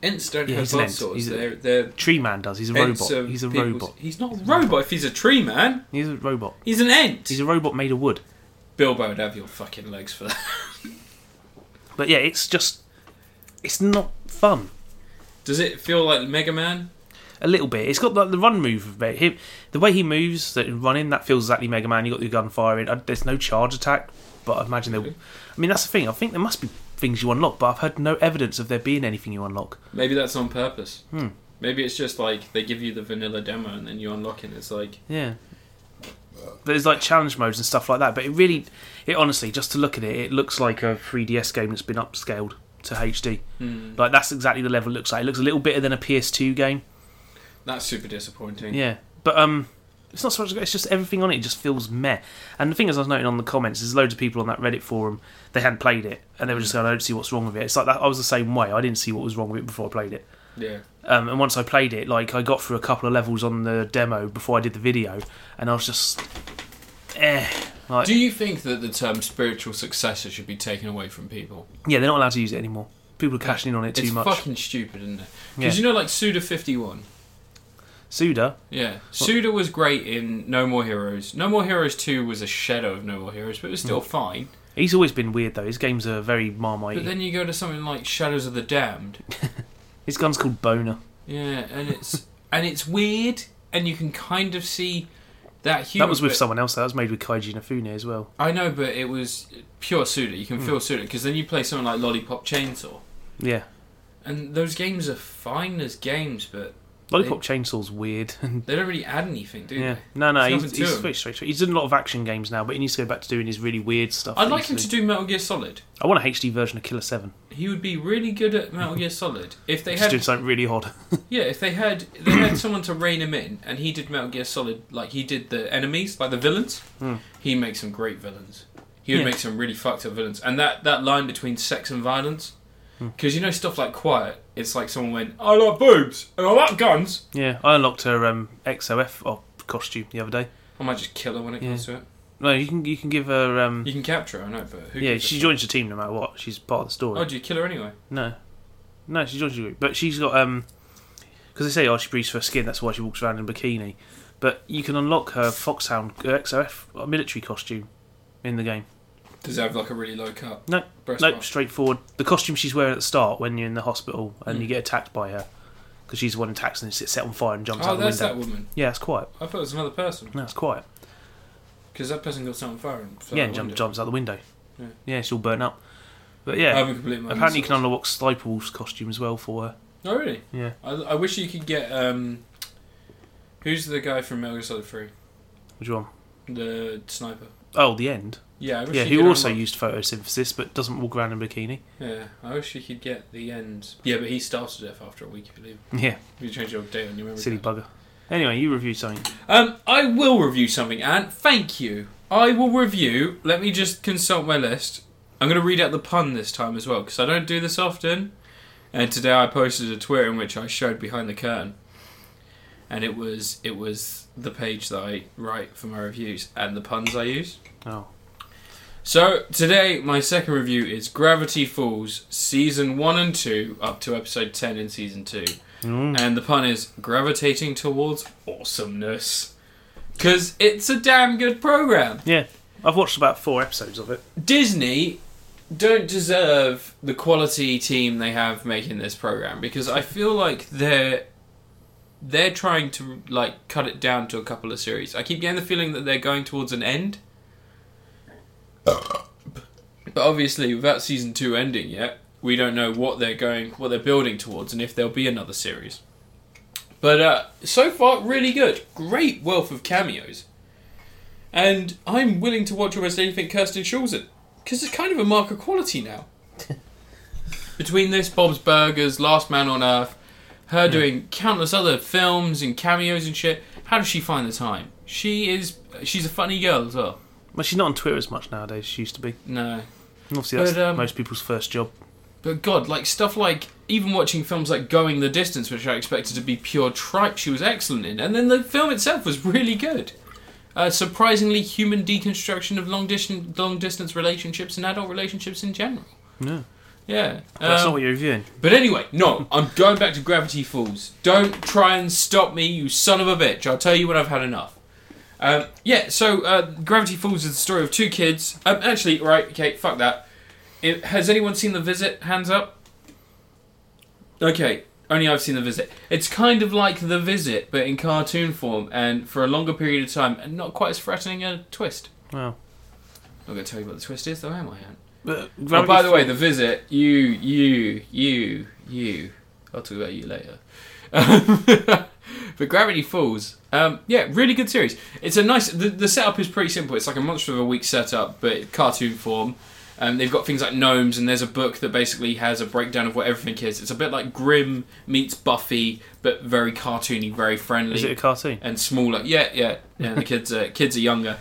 Speaker 1: Ents don't
Speaker 2: Yeah,
Speaker 1: have
Speaker 2: he's an
Speaker 1: blood
Speaker 2: Ent.
Speaker 1: swords.
Speaker 2: He's a-
Speaker 1: They're, they're
Speaker 2: Tree Man does. He's a
Speaker 1: Ents
Speaker 2: robot.
Speaker 1: of
Speaker 2: He's a
Speaker 1: people's-
Speaker 2: robot.
Speaker 1: He's not a robot if he's a tree man.
Speaker 2: He's a robot.
Speaker 1: He's an Ent.
Speaker 2: He's a robot made of wood.
Speaker 1: Bilbo would have your fucking legs for that.
Speaker 2: But yeah, it's just it's not fun.
Speaker 1: Does it feel like Mega Man?
Speaker 2: A little bit. It's got like the run move of it. Him, the way he moves, that running, that feels exactly Mega Man. You got your gun firing. Uh, There's no charge attack, but I imagine there. I mean, that's the thing. I think there must be things you unlock, but I've heard no evidence of there being anything you unlock.
Speaker 1: Maybe that's on purpose.
Speaker 2: Hmm.
Speaker 1: Maybe it's just like they give you the vanilla demo and then you unlock it. and It's like
Speaker 2: Yeah. There's like challenge modes and stuff like that, but it really, it honestly, just to look at it, it looks like a 3DS game that's been upscaled to HD. Like that's exactly the level it looks like. It looks a little better than a PS2 game.
Speaker 1: that's super disappointing.
Speaker 2: Yeah, but um, it's not so much. It's just everything on it just feels meh. And the thing is, I was noting on the comments, there's loads of people on that Reddit forum. They hadn't played it, and they were just going, "I don't see what's wrong with it." It's like that. I was the same way. I didn't see what was wrong with it before I played it.
Speaker 1: Yeah.
Speaker 2: Um, and once I played it, like I got through a couple of levels on the demo before I did the video, and I was just, eh. Like,
Speaker 1: Do you think that the term spiritual successor should be taken away from people?
Speaker 2: yeah, they're not allowed to use it anymore. People are cashing in on it too
Speaker 1: it's
Speaker 2: much.
Speaker 1: fucking stupid, isn't it?
Speaker 2: Yeah.
Speaker 1: Because you know, like Suda Fifty One.
Speaker 2: Suda,
Speaker 1: Yeah, Suda was great in No More Heroes. No More Heroes Two was a shadow of No More Heroes, but it was still
Speaker 2: Mm.
Speaker 1: fine.
Speaker 2: he's always been weird though. His games are very marmite.
Speaker 1: But then you go to something like Shadows of the Damned.
Speaker 2: His gun's called Boner.
Speaker 1: Yeah, and it's and it's weird, and you can kind of see that humor.
Speaker 2: That was with
Speaker 1: but-
Speaker 2: someone else. That was made with Kaiji Nafune as well.
Speaker 1: I know, but it was pure Suda. You can
Speaker 2: Hmm.
Speaker 1: feel Suda because then you play something like Lollipop Chainsaw,
Speaker 2: Yeah.
Speaker 1: and those games are fine as games, but
Speaker 2: Lollipop Chainsaw's weird. and
Speaker 1: they don't really add anything, do
Speaker 2: Hmm. yeah,
Speaker 1: they?
Speaker 2: no, no,
Speaker 1: There's
Speaker 2: he's,
Speaker 1: nothing to
Speaker 2: he's
Speaker 1: him.
Speaker 2: switched straight. He's doing a lot of action games now, but he needs to go back to doing his really weird stuff.
Speaker 1: I'd
Speaker 2: that
Speaker 1: like
Speaker 2: he
Speaker 1: him
Speaker 2: used
Speaker 1: to do Metal Gear Solid.
Speaker 2: do. I want a HD version of Killer Seven.
Speaker 1: He would be really good at Metal Gear Solid if they
Speaker 2: He's doing
Speaker 1: had
Speaker 2: something really odd.
Speaker 1: yeah if they had they had someone to rein him in and he did Metal Gear Solid like he did the enemies like the villains. He makes some great villains. He would
Speaker 2: Hmm. Yeah.
Speaker 1: make some really fucked up villains, and that that line between sex and violence.
Speaker 2: Hmm.
Speaker 1: Because you know stuff like Quiet, it's like someone went, "I like boobs and I like guns,"
Speaker 2: yeah, I unlocked her um, XOF oh, costume the other day.
Speaker 1: I might just kill her when it comes to it.
Speaker 2: No, you can you can give her. Um,
Speaker 1: You can capture her, I know, but who
Speaker 2: yeah,
Speaker 1: gives a
Speaker 2: she
Speaker 1: fuck?
Speaker 2: joins the team no matter what. She's part of the story.
Speaker 1: Oh, do you kill her anyway?
Speaker 2: No, no, she joins the group, but she's got um, because they say oh she breathes for her skin, that's why she walks around in a bikini. But you can unlock her Foxhound her XOF uh, military costume in the game.
Speaker 1: Does it have like a really low cut?
Speaker 2: No,
Speaker 1: Breast
Speaker 2: nope,
Speaker 1: bar.
Speaker 2: straightforward. The costume she's wearing at the start when you're in the hospital and
Speaker 1: Mm.
Speaker 2: you get attacked by her because she's the one who attacks and it's set on fire and jumps
Speaker 1: Oh,
Speaker 2: out the
Speaker 1: that's
Speaker 2: window.
Speaker 1: that woman.
Speaker 2: Yeah, it's quiet.
Speaker 1: I thought it was another person
Speaker 2: No, it's quiet.
Speaker 1: because that person got set on fire and fell
Speaker 2: yeah,
Speaker 1: out
Speaker 2: and
Speaker 1: the
Speaker 2: jump,
Speaker 1: window.
Speaker 2: jumps out the window.
Speaker 1: Yeah.
Speaker 2: Yeah, it's all burnt up. But
Speaker 1: I
Speaker 2: yeah,
Speaker 1: haven't completed my.
Speaker 2: apparently you can
Speaker 1: research.
Speaker 2: unlock Stiple's costume as well for her.
Speaker 1: Oh really?
Speaker 2: Yeah,
Speaker 1: I, I wish you could get um. Who's the guy from Metal Gear Solid Three?
Speaker 2: which one?
Speaker 1: The sniper.
Speaker 2: Oh, the end.
Speaker 1: Yeah, I wish
Speaker 2: Yeah,
Speaker 1: you
Speaker 2: who
Speaker 1: could
Speaker 2: also
Speaker 1: unlock-
Speaker 2: used photosynthesis but doesn't walk around in a bikini.
Speaker 1: Yeah, I wish you could get the end. Yeah, but he starved to death after a week. If you leave,
Speaker 2: Yeah,
Speaker 1: if you change your date on your memory.
Speaker 2: silly
Speaker 1: card.
Speaker 2: bugger. Anyway, you reviewed something.
Speaker 1: Um, I will review something, and thank you. I will review. Let me just consult my list. I'm going to read out the pun this time as well because I don't do this often. And today I posted a Twitter in which I showed behind the curtain, and it was it was the page that I write for my reviews and the puns I use.
Speaker 2: Oh,
Speaker 1: So today my second review is Gravity Falls season one and two up to episode ten in season two,
Speaker 2: Mm.
Speaker 1: and the pun is gravitating towards awesomeness because it's a damn good program.
Speaker 2: yeah. I've watched about four episodes of it.
Speaker 1: Disney don't deserve the quality team they have making this program because I feel like they're they're trying to like cut it down to a couple of series. I keep getting the feeling that they're going towards an end. But obviously, without season two ending yet, we don't know what they're going, what they're building towards, and if there'll be another series. But uh, so far, really good. Great wealth of cameos. And I'm willing to watch almost anything Kirsten Shaw's in, because it's kind of a mark of quality now. Between this, Bob's Burgers, Last Man on Earth, her doing countless other films and cameos and shit, how does she find the time? She is, she's a funny girl as well.
Speaker 2: Well, she's not on Twitter as much nowadays. She used to be.
Speaker 1: No,
Speaker 2: And obviously, that's
Speaker 1: But, um,
Speaker 2: most people's first job.
Speaker 1: But God, like stuff like even watching films like Going the Distance, which I expected to be pure tripe, she was excellent in, and then the film itself was really good. Uh, surprisingly, human deconstruction of long distance long distance relationships and adult relationships in general.
Speaker 2: Yeah.
Speaker 1: Yeah.
Speaker 2: That's
Speaker 1: Um,
Speaker 2: not what you're reviewing.
Speaker 1: but anyway, no, I'm going back to Gravity Falls. Don't try and stop me, you son of a bitch. I'll tell you when I've had enough. Um, yeah, so uh, Gravity Falls is the story of two kids. Um, actually, right, okay, fuck that. It, has anyone seen The Visit? Hands up. Okay, only I've seen The Visit. It's kind of like The Visit, but in cartoon form and for a longer period of time and not quite as threatening a twist.
Speaker 2: Well,
Speaker 1: I'm not going to tell you what the twist is, though, am I, Ant?
Speaker 2: but
Speaker 1: Oh, by the way, the visit, you, you, you, you. I'll talk about you later. Um, but Gravity Falls, um, yeah, really good series. It's a nice. The, the setup is pretty simple. It's like a monster of a week setup, but cartoon form. Um, they've got things like gnomes, and there's a book that basically has a breakdown of what everything is. It's a bit like Grimm meets Buffy, but very cartoony, very friendly
Speaker 2: is it a cartoon?
Speaker 1: and smaller. Yeah, yeah, yeah. The kids, are, kids are younger,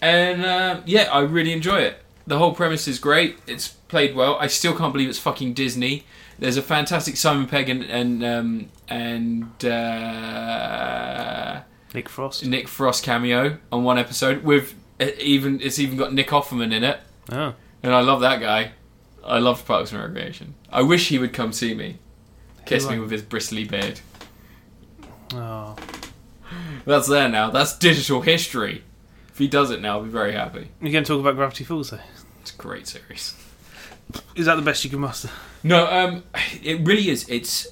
Speaker 1: and uh, yeah, I really enjoy it. The whole premise is great. It's played well. I still can't believe it's fucking Disney. There's a fantastic Simon Pegg and and um, and uh,
Speaker 2: Nick Frost.
Speaker 1: Nick Frost cameo on one episode with it even it's even got Nick Offerman in it,
Speaker 2: oh,
Speaker 1: and I love that guy. I love Parks and Recreation. I wish he would come see me, kiss
Speaker 2: Who
Speaker 1: me
Speaker 2: are-
Speaker 1: with his bristly beard.
Speaker 2: oh,
Speaker 1: That's there now. That's digital history. If he does it now, I'll be very happy.
Speaker 2: you're going to talk about Gravity Falls, though.
Speaker 1: It's a great series.
Speaker 2: Is that the best you can muster?
Speaker 1: No, um, it really is. It's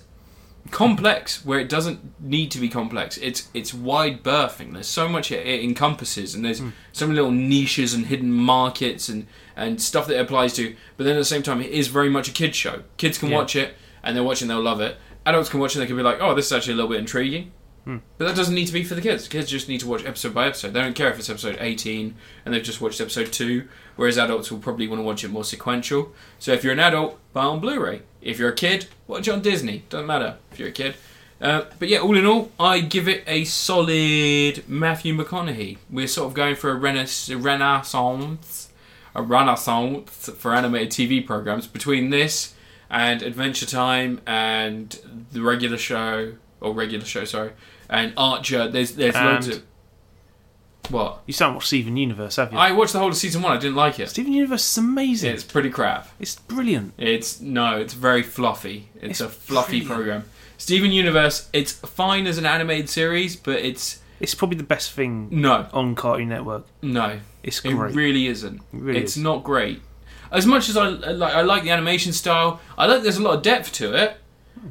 Speaker 1: complex where it doesn't need to be complex. It's it's wide berthing. There's so much it, it encompasses, and there's so many little niches and hidden markets and and stuff that it applies to. But then at the same time, it is very much a kids show. Kids can
Speaker 2: Yeah.
Speaker 1: watch it, and they're watching, they'll love it. Adults can watch it, and they can be like, oh, this is actually a little bit intriguing. But that doesn't need to be for the kids. Kids just need to watch episode by episode. They don't care if it's episode 18 and they've just watched episode 2, whereas adults will probably want to watch it more sequential. So if you're an adult, buy it on Blu ray. If you're a kid, watch it on Disney. Doesn't matter if you're a kid. Uh, but yeah, all in all, I give it a solid Matthew McConaughey. We're sort of going for a renaissance, renaissance, a renaissance for animated TV programs between this and Adventure Time and the regular show or regular show, sorry, and Archer. There's there's loads
Speaker 2: And-
Speaker 1: of what
Speaker 2: You still haven't watched Steven Universe, have you?
Speaker 1: I watched the whole of season one. I didn't like it.
Speaker 2: Steven Universe is amazing.
Speaker 1: It's pretty crap.
Speaker 2: It's brilliant.
Speaker 1: It's no, it's very fluffy. It's,
Speaker 2: It's
Speaker 1: a fluffy
Speaker 2: brilliant.
Speaker 1: program. Steven Universe. It's fine as an animated series, but it's
Speaker 2: It's probably the best thing
Speaker 1: no,
Speaker 2: on Cartoon Network.
Speaker 1: no.
Speaker 2: It's
Speaker 1: Mm. It
Speaker 2: great.
Speaker 1: really isn't.
Speaker 2: really
Speaker 1: it's
Speaker 2: is.
Speaker 1: not great. As much as I I like, I like the animation style. I like there's a lot of depth to it,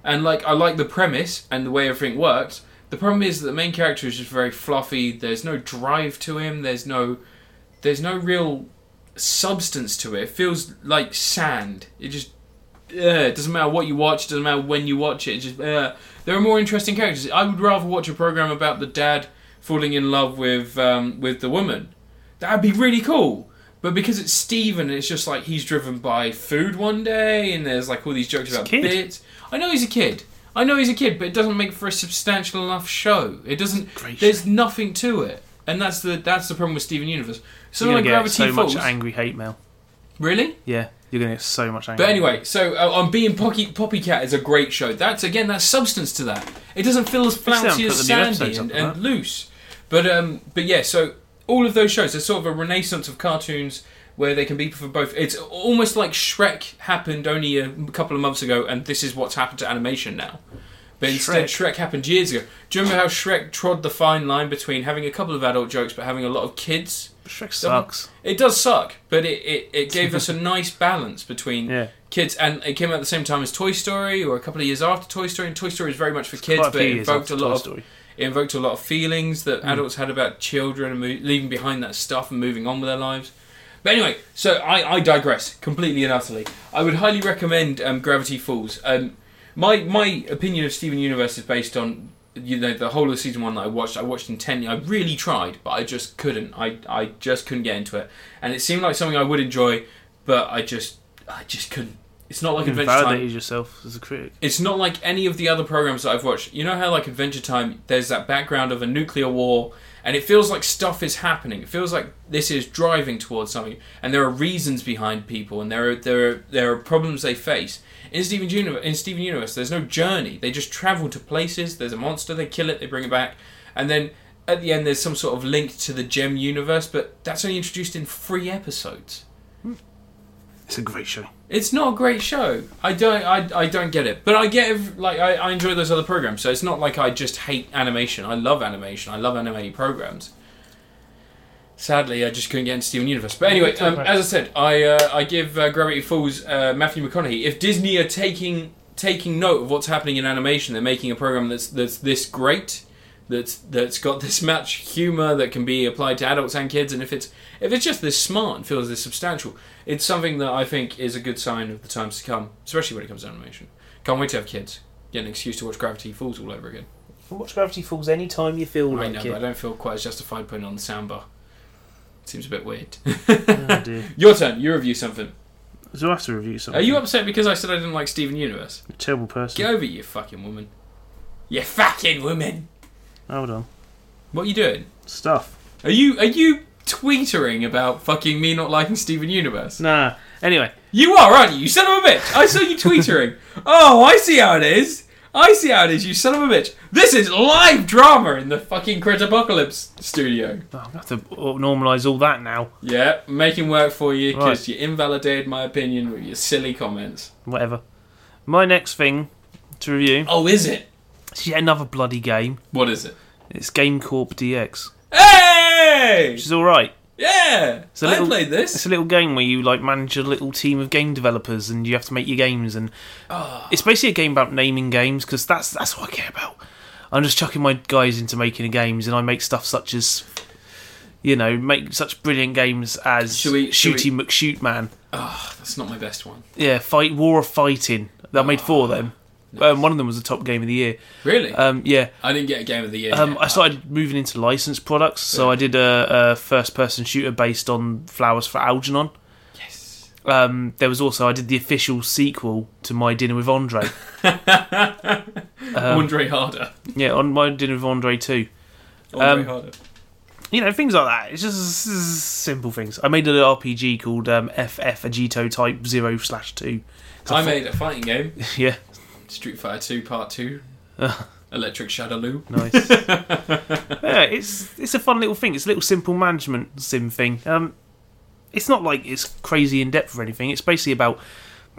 Speaker 1: and like I like the premise and the way everything works. The problem is that the main character is just very fluffy. There's no drive to him. There's no, there's no real substance to it. It feels like sand. It just, uh, it doesn't matter what you watch. Doesn't matter when you watch it. it just, uh, there are more interesting characters. I would rather watch a program about the dad falling in love with um, with the woman. That'd be really cool. But because it's Steven, it's just like he's driven by food one day, and there's like all these jokes
Speaker 2: a
Speaker 1: about
Speaker 2: kid.
Speaker 1: bits. I know he's a kid. I know he's a kid, but it doesn't make for a substantial enough show. It doesn't.
Speaker 2: Great
Speaker 1: There's nothing to it, and that's the that's the problem with Steven Universe. So
Speaker 2: You're
Speaker 1: like
Speaker 2: going to get
Speaker 1: Gravity
Speaker 2: so
Speaker 1: Falls,
Speaker 2: much angry hate mail.
Speaker 1: really.
Speaker 2: Yeah, you're going to get so much angry.
Speaker 1: But anyway, so uh, on being Pocky, Poppycat is a great show. That's again that's substance to that. It doesn't feel as
Speaker 2: haven't
Speaker 1: flouncy
Speaker 2: put
Speaker 1: as
Speaker 2: the new
Speaker 1: sandy
Speaker 2: episodes
Speaker 1: and,
Speaker 2: up for
Speaker 1: and loose. But um, but yeah, so all of those shows there's sort of a renaissance of cartoons where they can be for both. It's almost like Shrek happened only a couple of months ago, and this is what's happened to animation now. But instead, Shrek. happened years ago. Do you remember how Shrek trod the fine line between having a couple of adult jokes but having a lot of kids?
Speaker 2: Shrek sucks.
Speaker 1: It does suck, but it, it, it gave us a nice balance between
Speaker 2: Yeah.
Speaker 1: kids, and it came out at the same time as Toy Story, or a couple of years after Toy Story. And Toy Story is very much for kids,
Speaker 2: Quite a
Speaker 1: but
Speaker 2: few
Speaker 1: it
Speaker 2: years
Speaker 1: invoked
Speaker 2: after
Speaker 1: a
Speaker 2: Toy
Speaker 1: lot of
Speaker 2: Story.
Speaker 1: it invoked a lot of feelings that adults had about children and mo- leaving behind that stuff and moving on with their lives. But anyway, so I, I digress completely and utterly. I would highly recommend um, Gravity Falls. Um, my my opinion of Steven Universe is based on you know the whole of season one that I watched. I watched intently. I really tried, but I just couldn't. I I just couldn't get into it, and it seemed like something I would enjoy, but I just I just couldn't. It's not like Adventure Time
Speaker 2: Validated yourself as a critic.
Speaker 1: it's not like any of the other programs that I've watched. You know how like Adventure Time, there's that background of a nuclear war, and it feels like stuff is happening. It feels like this is driving towards something, and there are reasons behind people, and there are there are, there are problems they face. In Steven Universe, in Steven Universe, there's no journey. They just travel to places. There's a monster, they kill it, they bring it back, and then at the end there's some sort of link to the Gem Universe, but that's only introduced in three episodes.
Speaker 2: It's a great show.
Speaker 1: It's not a great show. I don't. I, I don't get it. But I get ev- like I, I enjoy those other programs. So it's not like I just hate animation. I love animation. I love anime programs. Sadly, I just couldn't get into Steven Universe. But anyway, um, as I said, I uh, I give uh, Gravity Falls uh, Matthew McConaughey. If Disney are taking taking note of what's happening in animation, they're making a program that's that's this great, that's that's got this much humor that can be applied to adults and kids. And if it's if it's just this smart and feels this substantial, it's something that I think is a good sign of the times to come, especially when it comes to animation. Can't wait to have kids. Get an excuse to watch Gravity Falls all over again.
Speaker 2: Watch Gravity Falls anytime you feel
Speaker 1: I
Speaker 2: like
Speaker 1: know, but I
Speaker 2: it.
Speaker 1: don't feel quite as justified putting on the soundbar. Seems a bit weird.
Speaker 2: Oh, dear.
Speaker 1: Your turn. You review something.
Speaker 2: So I have to review something.
Speaker 1: Are you upset because I said I didn't like Steven Universe?
Speaker 2: a terrible person?
Speaker 1: Get over it, you fucking woman. You fucking woman.
Speaker 2: Hold on.
Speaker 1: What are you doing?
Speaker 2: Stuff.
Speaker 1: Are you are you tweetering about fucking me not liking Steven Universe?
Speaker 2: Nah. Anyway,
Speaker 1: You are, aren't you? You son of a bitch. I saw you tweetering. oh, I see how it is. I see how it is, you son of a bitch. This is live drama in the fucking Crit Apocalypse studio.
Speaker 2: oh, I'm going to have to normalise all that now.
Speaker 1: Yeah, making work for you because you invalidated my opinion with your silly comments.
Speaker 2: Whatever. My next thing to review
Speaker 1: Oh, is it?
Speaker 2: is yet another bloody game.
Speaker 1: What is it?
Speaker 2: It's Game Corp DX,
Speaker 1: Hey!
Speaker 2: which is alright.
Speaker 1: Yeah!
Speaker 2: a little-
Speaker 1: I played this.
Speaker 2: It's a little game where you like manage a little team of game developers, and you have to make your games. And
Speaker 1: Ah,
Speaker 2: it's basically a game about naming games because that's that's what I care about. I'm just chucking my guys into making games, and I make stuff such as, you know, make such brilliant games as
Speaker 1: Should we- should
Speaker 2: Shooty McShoot Man.
Speaker 1: ah, That's not my best one.
Speaker 2: Yeah, fight War of Fighting. I made four of them. Um, one of them was the top game of the year.
Speaker 1: Really?
Speaker 2: Um, yeah,
Speaker 1: I didn't get a game of the year.
Speaker 2: um,
Speaker 1: yet.
Speaker 2: I started moving into licensed products, so I did a, a first-person shooter based on Flowers for Algernon.
Speaker 1: Ah, Yes.
Speaker 2: Um, there was also I did the official sequel to My Dinner with Andre.
Speaker 1: Andre Harder.
Speaker 2: yeah, on My Dinner with Andre too.
Speaker 1: Andre
Speaker 2: um,
Speaker 1: Harder.
Speaker 2: You know things like that. It's just s- s- simple things. I made a little RPG called um, FF Agito Type Zero Slash Two.
Speaker 1: I made a fighting game.
Speaker 2: yeah,
Speaker 1: Street Fighter 2 Part 2.
Speaker 2: Uh.
Speaker 1: Electric Shadaloo.
Speaker 2: nice. yeah, it's it's a fun little thing. It's a little simple management sim thing. Um, it's not like it's crazy in depth or anything. It's basically about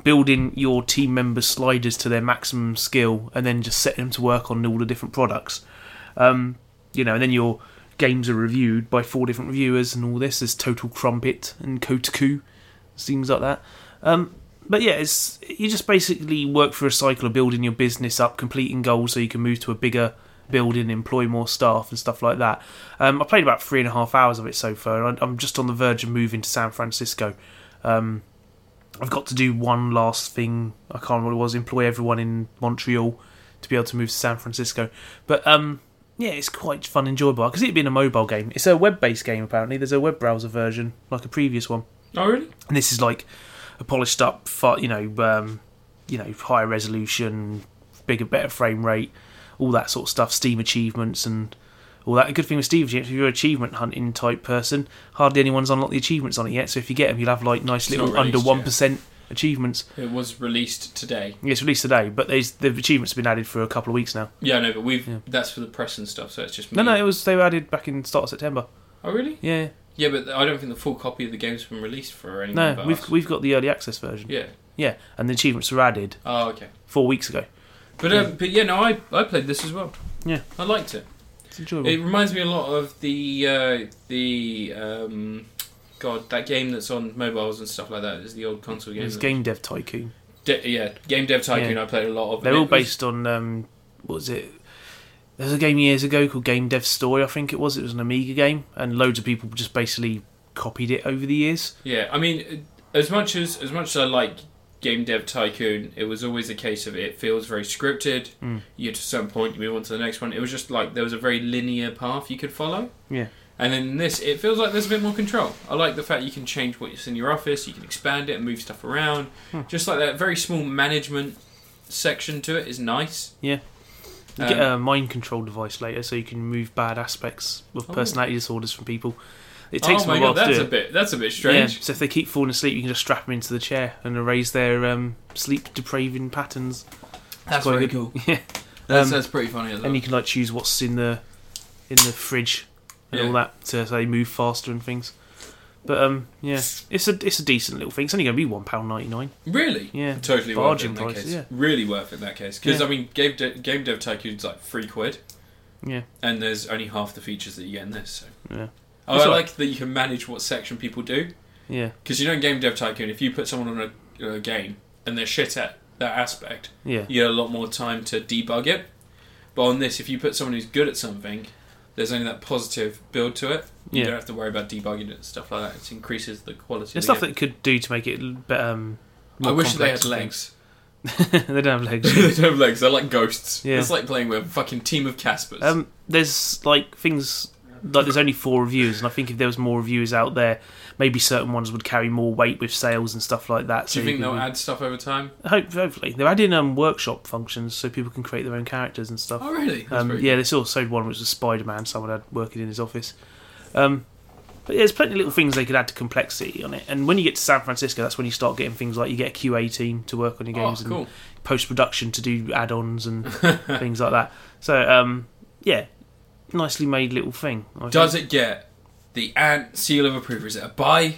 Speaker 2: building your team members' sliders to their maximum skill, and then just setting them to work on all the different products. Um, you know, and then your games are reviewed by four different reviewers and all this. There's Total Crumpet and Kotaku, things like that. Um, but yeah, it's you just basically work through a cycle of building your business up, completing goals so you can move to a bigger building, employ more staff and stuff like that. Um, I played about three and a half hours of it so far, and I- I'm just on the verge of moving to San Francisco. Um, I've got to do one last thing. I can't remember what it was. Employ everyone in Montreal to be able to move to San Francisco. But um, yeah, it's quite fun, enjoyable because it being a mobile game, it's a web-based game apparently. There's a web browser version, like a previous one.
Speaker 1: Oh, really?
Speaker 2: And this is like a polished up, fi- you know, um, you know, higher resolution, bigger, better frame rate, all that sort of stuff. Steam achievements and all that. A good thing with Steam achievements, if you're an achievement hunting type person, hardly anyone's unlocked the achievements on it yet. So if you get them, you'll have like nice little
Speaker 1: not released
Speaker 2: under one percent achievements.
Speaker 1: It was released today.
Speaker 2: It's released today, but there's the achievements have been added for a couple of weeks now.
Speaker 1: Yeah, no, but we've. That's for the press and stuff, so it's just. Me.
Speaker 2: No, no, it was they were added back in start of September.
Speaker 1: Oh, really?
Speaker 2: Yeah,
Speaker 1: Yeah, but I don't think the full copy of the game's been released for anyone.
Speaker 2: no,
Speaker 1: but
Speaker 2: we've
Speaker 1: us.
Speaker 2: we've got the early access version.
Speaker 1: Yeah.
Speaker 2: yeah, and the achievements were added
Speaker 1: Oh, okay.
Speaker 2: four weeks ago.
Speaker 1: But um, but yeah, no, I I played this as well.
Speaker 2: Yeah.
Speaker 1: I liked it.
Speaker 2: It's enjoyable.
Speaker 1: It reminds me a lot of the uh, the um, God that game that's on mobiles and stuff like that. Is the old console game.
Speaker 2: It's
Speaker 1: that-
Speaker 2: Game Dev Tycoon.
Speaker 1: De- yeah, Game Dev Tycoon.
Speaker 2: Yeah.
Speaker 1: I played a lot of.
Speaker 2: They're
Speaker 1: and
Speaker 2: all
Speaker 1: it was-
Speaker 2: based on um, what was it? There was a game years ago called Game Dev Story, I think it was. It was an Amiga game, and loads of people just basically copied it over the years.
Speaker 1: Yeah, I mean, as much as as much as I like Game Dev Tycoon, it was always a case of it feels very scripted.
Speaker 2: Hmm.
Speaker 1: You get to some point, you move on to the next one. It was just like there was a very linear path you could follow.
Speaker 2: Yeah.
Speaker 1: And then in this, it feels like there's a bit more control. I like the fact you can change what's in your office, you can expand it and move stuff around.
Speaker 2: Hmm.
Speaker 1: Just like that very small management section to it is nice. Um,
Speaker 2: Yeah. You get a mind control device later, so you can remove bad aspects of
Speaker 1: Oh.
Speaker 2: personality disorders from people. It takes
Speaker 1: oh
Speaker 2: them
Speaker 1: my
Speaker 2: a while
Speaker 1: god, that's
Speaker 2: to
Speaker 1: a
Speaker 2: do it.
Speaker 1: bit that's a bit
Speaker 2: Yeah,
Speaker 1: strange.
Speaker 2: so if they keep falling asleep, you can just strap them into the chair and erase their um, sleep depraving patterns.
Speaker 1: that's
Speaker 2: quite
Speaker 1: very
Speaker 2: good.
Speaker 1: cool.
Speaker 2: Yeah,
Speaker 1: That's,
Speaker 2: Um,
Speaker 1: that's pretty funny as well.
Speaker 2: and you can like choose what's in the in the fridge and
Speaker 1: Yeah.
Speaker 2: all that, to so they move faster and things. But um, yeah, it's a it's a decent little thing. It's only going to be one pound ninety nine.
Speaker 1: Really?
Speaker 2: Yeah,
Speaker 1: Totally worth it
Speaker 2: bargain
Speaker 1: in that
Speaker 2: price,
Speaker 1: case.
Speaker 2: yeah.
Speaker 1: Really worth it in that case. Because,
Speaker 2: Yeah.
Speaker 1: I mean, Game, De- Game Dev Tycoon's like three quid,
Speaker 2: Yeah,
Speaker 1: and there's only half the features that you get in this. So.
Speaker 2: yeah,
Speaker 1: Oh,
Speaker 2: That's
Speaker 1: I
Speaker 2: all
Speaker 1: like that you can manage what section people do.
Speaker 2: yeah,
Speaker 1: Because, you know, in Game Dev Tycoon, if you put someone on a, a game and they're shit at that aspect,
Speaker 2: yeah.
Speaker 1: you get a lot more time to debug it. But on this, if you put someone who's good at something, there's only that positive build to it. You
Speaker 2: Yeah.
Speaker 1: don't have to worry about debugging it and stuff like that. It increases the quality.
Speaker 2: There's
Speaker 1: of the
Speaker 2: stuff
Speaker 1: game.
Speaker 2: that could do to make it better. Um,
Speaker 1: I
Speaker 2: more
Speaker 1: wish they
Speaker 2: complex
Speaker 1: had
Speaker 2: and things.
Speaker 1: legs.
Speaker 2: they don't have legs.
Speaker 1: they don't have legs. They're like ghosts.
Speaker 2: Yeah.
Speaker 1: It's like playing with a fucking team of Caspers.
Speaker 2: Um, there's like things like there's only four reviews, and I think if there was more reviews out there, maybe certain ones would carry more weight with sales and stuff like that.
Speaker 1: Do you think
Speaker 2: could-
Speaker 1: they'll add stuff over time?
Speaker 2: Hope, hopefully, they're adding um, workshop functions so people can create their own characters and stuff.
Speaker 1: Oh, really? That's
Speaker 2: Um,
Speaker 1: very
Speaker 2: yeah, they sort of showed one which was Spider Man, someone had working in his office. Um, but yeah, there's plenty of little things they could add to complexity on it. And when you get to San Francisco, that's when you start getting things like you get a QA team to work on your
Speaker 1: good. Oh,
Speaker 2: games and
Speaker 1: cool.
Speaker 2: post production to do add ons and things like that. So, um, yeah, nicely made little thing. I
Speaker 1: Does it get the ant seal of approval? Is it a buy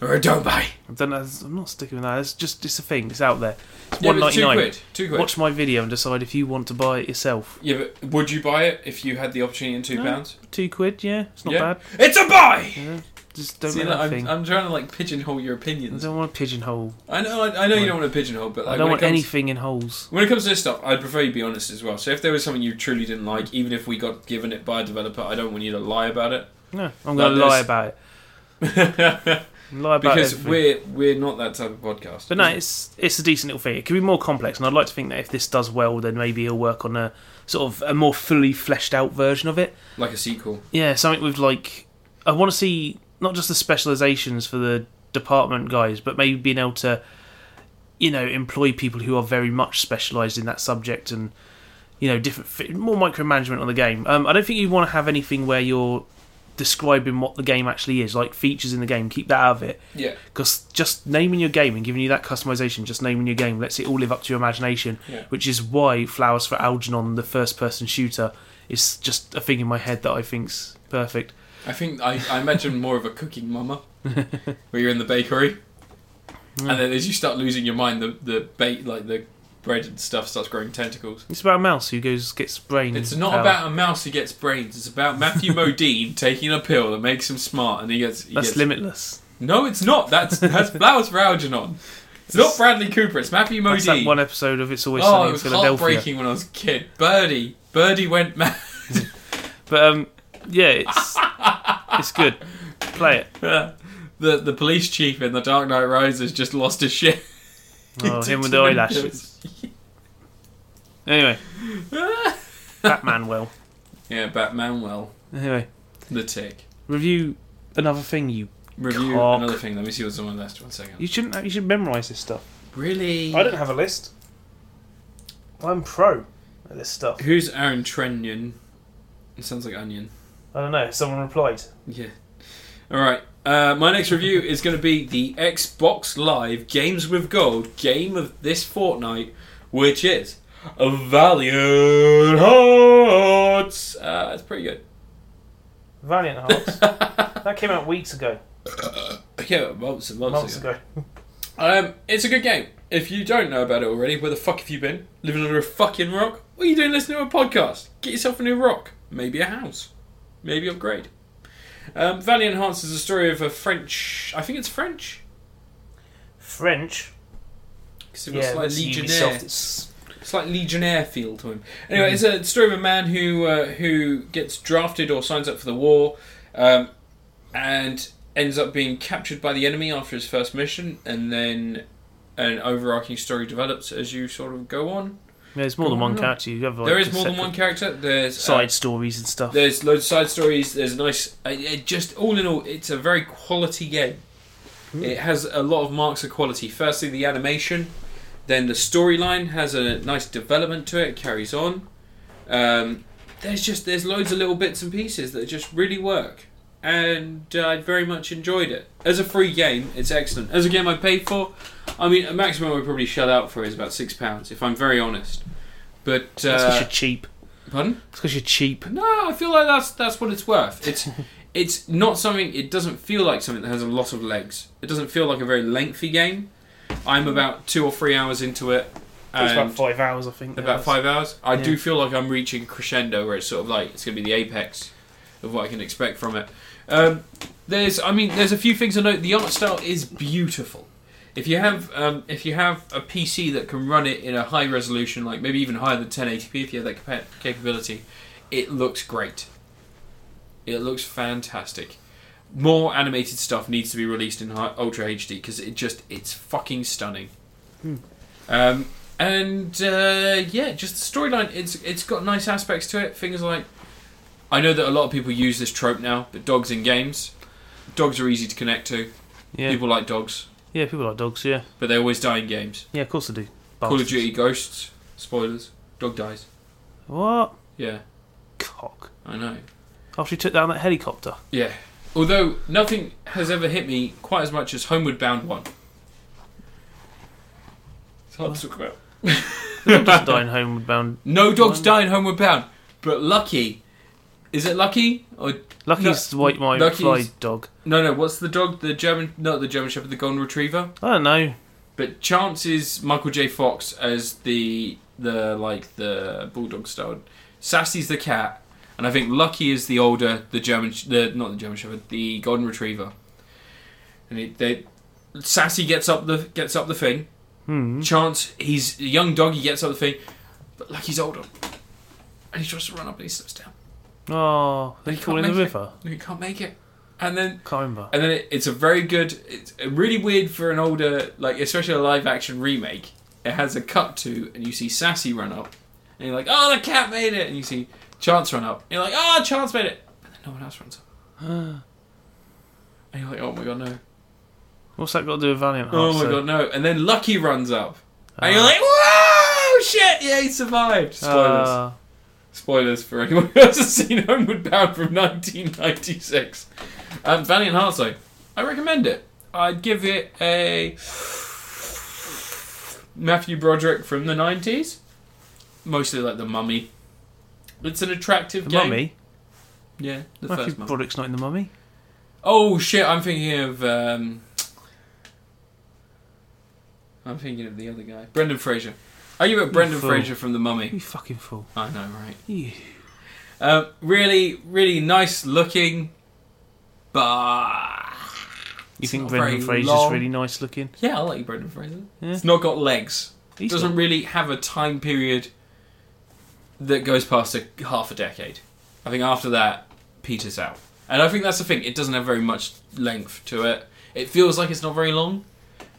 Speaker 1: or a don't buy?
Speaker 2: I don't know, I'm not sticking with that. It's just it's a thing. It's out there. It's
Speaker 1: Yeah,
Speaker 2: one
Speaker 1: but it's
Speaker 2: ninety
Speaker 1: two
Speaker 2: nine.
Speaker 1: quid. Two quid.
Speaker 2: Watch my video and decide if you want to buy it yourself.
Speaker 1: Yeah, but would you buy it if you had the opportunity in two
Speaker 2: No.
Speaker 1: pounds?
Speaker 2: Two quid, yeah, it's not
Speaker 1: yeah.
Speaker 2: bad.
Speaker 1: It's a buy.
Speaker 2: Yeah. Just don't
Speaker 1: See,
Speaker 2: make
Speaker 1: look,
Speaker 2: that
Speaker 1: I'm,
Speaker 2: thing.
Speaker 1: I'm trying to like pigeonhole your
Speaker 2: I
Speaker 1: opinions.
Speaker 2: don't want to pigeonhole.
Speaker 1: I know, I, I know you
Speaker 2: Right.
Speaker 1: don't want to pigeonhole, but like,
Speaker 2: I don't
Speaker 1: when,
Speaker 2: want
Speaker 1: it comes,
Speaker 2: anything in holes.
Speaker 1: when it comes to this stuff, I'd prefer you be honest as well. So if there was something you truly didn't like, even if we got given it by a developer, I don't want you to lie about it.
Speaker 2: No,
Speaker 1: Like
Speaker 2: I'm going to lie
Speaker 1: this.
Speaker 2: about it. Lie about
Speaker 1: because
Speaker 2: everything.
Speaker 1: we're we're not that type of podcast.
Speaker 2: But no, it's it's a decent little thing. It could be more complex, and I'd like to think that if this does well, then maybe he'll work on a sort of a more fully fleshed out version of it.
Speaker 1: like a sequel.
Speaker 2: Yeah, something with like I want to see not just the specializations for the department guys, but maybe being able to you know employ people who are very much specialized in that subject and you know different fi- more micromanagement on the game. Um, I don't think you want to have anything where you're describing what the game actually is, like features in the game. Keep that out of it.
Speaker 1: Yeah,
Speaker 2: Because just naming your game and giving you that customization, just naming your game lets it all live up to your imagination,
Speaker 1: Yeah.
Speaker 2: which is why Flowers for Algernon, the first person shooter, is just a thing in my head that I think's perfect.
Speaker 1: I think I, I imagine more of a cooking mama, where you're in the bakery,
Speaker 2: Hmm.
Speaker 1: and then as you start losing your mind, the the bait like the bread and stuff starts growing tentacles.
Speaker 2: It's about a mouse who goes gets brain.
Speaker 1: It's not
Speaker 2: Hmm. power.
Speaker 1: about a mouse who gets brains. It's about Matthew Modine taking a pill that makes him smart, and he gets. He
Speaker 2: that's
Speaker 1: gets
Speaker 2: limitless.
Speaker 1: no, it's not. That's that's flowers for Algernon. It's not Bradley Cooper. It's Matthew
Speaker 2: That's that
Speaker 1: Modine.
Speaker 2: one episode of It's Always
Speaker 1: oh,
Speaker 2: Sunny
Speaker 1: it
Speaker 2: in
Speaker 1: was
Speaker 2: Philadelphia.
Speaker 1: heartbreaking when I was a kid. Birdie, Birdie went mad.
Speaker 2: But um, yeah, it's it's good. Play it.
Speaker 1: the the police chief in The Dark Knight Rises just lost his shit.
Speaker 2: Oh,
Speaker 1: He
Speaker 2: him with
Speaker 1: did
Speaker 2: the
Speaker 1: some
Speaker 2: eyelashes. Anyway,
Speaker 1: interviews.
Speaker 2: Batman will.
Speaker 1: yeah, Batman. Well,
Speaker 2: Anyway,
Speaker 1: the tick.
Speaker 2: review another thing you
Speaker 1: Review
Speaker 2: Cock.
Speaker 1: another thing. Let me see what's on my list. One second.
Speaker 2: you shouldn't you should memorize this stuff.
Speaker 1: really?
Speaker 2: I don't have a list. I'm pro at this stuff.
Speaker 1: Who's Aaron Trenion? It sounds like onion.
Speaker 2: I don't know. Someone replied.
Speaker 1: Yeah. All right. Uh, my next review is going to be the Xbox Live Games with Gold game of this fortnight, which is Valiant Hearts. Uh, it's pretty good.
Speaker 2: Valiant Hearts. that came out weeks ago,
Speaker 1: Yeah, months and months,
Speaker 2: months
Speaker 1: ago.
Speaker 2: ago.
Speaker 1: Um, it's a good game. If you don't know about it already, where the fuck have you been? Living under a fucking rock? What are you doing listening to a podcast? Get yourself a new rock. Maybe a house. Maybe upgrade. Um, Valiant Hearts is the story of a French. I think it's French.
Speaker 2: French.
Speaker 1: 'Cause it was
Speaker 2: Yeah,
Speaker 1: like
Speaker 2: that's
Speaker 1: Legionnaire.
Speaker 2: Ubisoft. It's,
Speaker 1: It's like Legionnaire feel to him. Anyway, it's a story of a man who uh, who gets drafted or signs up for the war, um, and ends up being captured by the enemy after his first mission, and then an overarching story develops as you sort of go on.
Speaker 2: There's more than
Speaker 1: Go
Speaker 2: one
Speaker 1: on.
Speaker 2: character. You have like
Speaker 1: there
Speaker 2: a
Speaker 1: is more than
Speaker 2: separate
Speaker 1: one character. There's uh,
Speaker 2: side stories and stuff.
Speaker 1: there's loads of side stories. There's nice. uh, It just all in all, it's a very quality game. It has a lot of marks of quality. Firstly, the animation, then the storyline has a nice development to it. it Carries on. Um, there's just there's loads of little bits and pieces that just really work, and uh, I very much enjoyed it. As a free game, it's excellent. As a game I paid for, I mean, a maximum I would probably shell out for is about six pounds, if I'm very honest. But
Speaker 2: That's because
Speaker 1: uh,
Speaker 2: you're cheap.
Speaker 1: pardon.
Speaker 2: It's because you're cheap.
Speaker 1: No, I feel like that's that's what it's worth. It's it's not something. It doesn't feel like something that has a lot of legs. It doesn't feel like a very lengthy game. I'm about two or three hours into it.
Speaker 2: It's about
Speaker 1: and-
Speaker 2: five hours, I think.
Speaker 1: about five hours. I
Speaker 2: Yeah.
Speaker 1: do feel like I'm reaching a crescendo where it's sort of like it's going to be the apex of what I can expect from it. Um, there's, I mean, there's a few things I note. The art style is beautiful. If you have, um, if you have a PC that can run it in a high resolution, like maybe even higher than 1080p, if you have that capa- capability, it looks great. It looks fantastic. More animated stuff needs to be released in hi- Ultra HD because it just it's fucking stunning.
Speaker 2: Hmm.
Speaker 1: Um, and uh, yeah, just the storyline. It's it's got nice aspects to it. Things like I know that a lot of people use this trope now, but dogs in games, dogs are easy to connect to.
Speaker 2: Yeah.
Speaker 1: People like dogs,
Speaker 2: yeah, people like dogs. Yeah,
Speaker 1: but they always die in games.
Speaker 2: yeah, of course they do.
Speaker 1: Call of
Speaker 2: Bastards.
Speaker 1: Duty Ghosts, spoilers, dog dies.
Speaker 2: What
Speaker 1: Yeah,
Speaker 2: cock?
Speaker 1: I know.
Speaker 2: After he took down that helicopter.
Speaker 1: Yeah. Although nothing has ever hit me quite as much as Homeward Bound one. It's hard to talk about.
Speaker 2: He doesn't die in Homeward Bound.
Speaker 1: No dogs die in Homeward Bound, but Lucky, is it Lucky or
Speaker 2: Lucky's the white my
Speaker 1: Lucky's-
Speaker 2: fly dog.
Speaker 1: No, no. What's the dog? The German, not the German Shepherd, the Golden Retriever.
Speaker 2: I don't know.
Speaker 1: But Chance is Michael J. Fox as the the like the bulldog star. Sassy's the cat, and I think Lucky is the older, the German, the not the German Shepherd, the Golden Retriever. And it, they, Sassy gets up the gets up the thing.
Speaker 2: Hmm.
Speaker 1: Chance, he's a young dog. He gets up the thing, but Lucky's older, and he tries to run up and he slips down.
Speaker 2: Oh,
Speaker 1: But
Speaker 2: they
Speaker 1: he
Speaker 2: fall in
Speaker 1: can't
Speaker 2: the
Speaker 1: make it.
Speaker 2: river.
Speaker 1: And he can't make it. And then
Speaker 2: Can't remember.
Speaker 1: and then it, it's a very good. It's really weird for an older, like especially a live action remake. It has a cut to, and you see Sassy run up, and you're like, "Oh, the cat made it!" And you see Chance run up, and you're like, "Oh, Chance made it!" And then no one else runs up, and you're like, "Oh my god, no!
Speaker 2: What's that got to do with Valiant
Speaker 1: Oh
Speaker 2: Hearts?
Speaker 1: my
Speaker 2: though?
Speaker 1: god, no!" And then Lucky runs up, and
Speaker 2: Ah.
Speaker 1: you're like, "Whoa, shit! Yeah, he survived!" Spoilers.
Speaker 2: Ah.
Speaker 1: Spoilers for anyone who hasn't seen Homeward Bound from 1996. Um, Valiant Hearts, though, I recommend it. I'd give it a Matthew Broderick from the 90s, mostly like the Mummy. It's an attractive
Speaker 2: the
Speaker 1: game.
Speaker 2: mummy.
Speaker 1: Yeah, the
Speaker 2: Matthew
Speaker 1: first Mummy.
Speaker 2: Broderick's not in the mummy.
Speaker 1: oh shit! I'm thinking of. Um, I'm thinking of the other guy, Brendan Fraser. I give it Brendan
Speaker 2: fool.
Speaker 1: Fraser from the Mummy.
Speaker 2: You fucking fool.
Speaker 1: I know, right?
Speaker 2: You.
Speaker 1: Um, really, really nice looking, but
Speaker 2: You think
Speaker 1: not
Speaker 2: Brendan
Speaker 1: very
Speaker 2: Fraser's
Speaker 1: long.
Speaker 2: really nice looking?
Speaker 1: yeah, I like Brendan Fraser.
Speaker 2: Yeah.
Speaker 1: It's not got legs. It
Speaker 2: He's
Speaker 1: doesn't
Speaker 2: not-
Speaker 1: really have a time period that goes past a half a decade. I think after that, peters out. And I think that's the thing. It doesn't have very much length to it. It feels like it's not very long,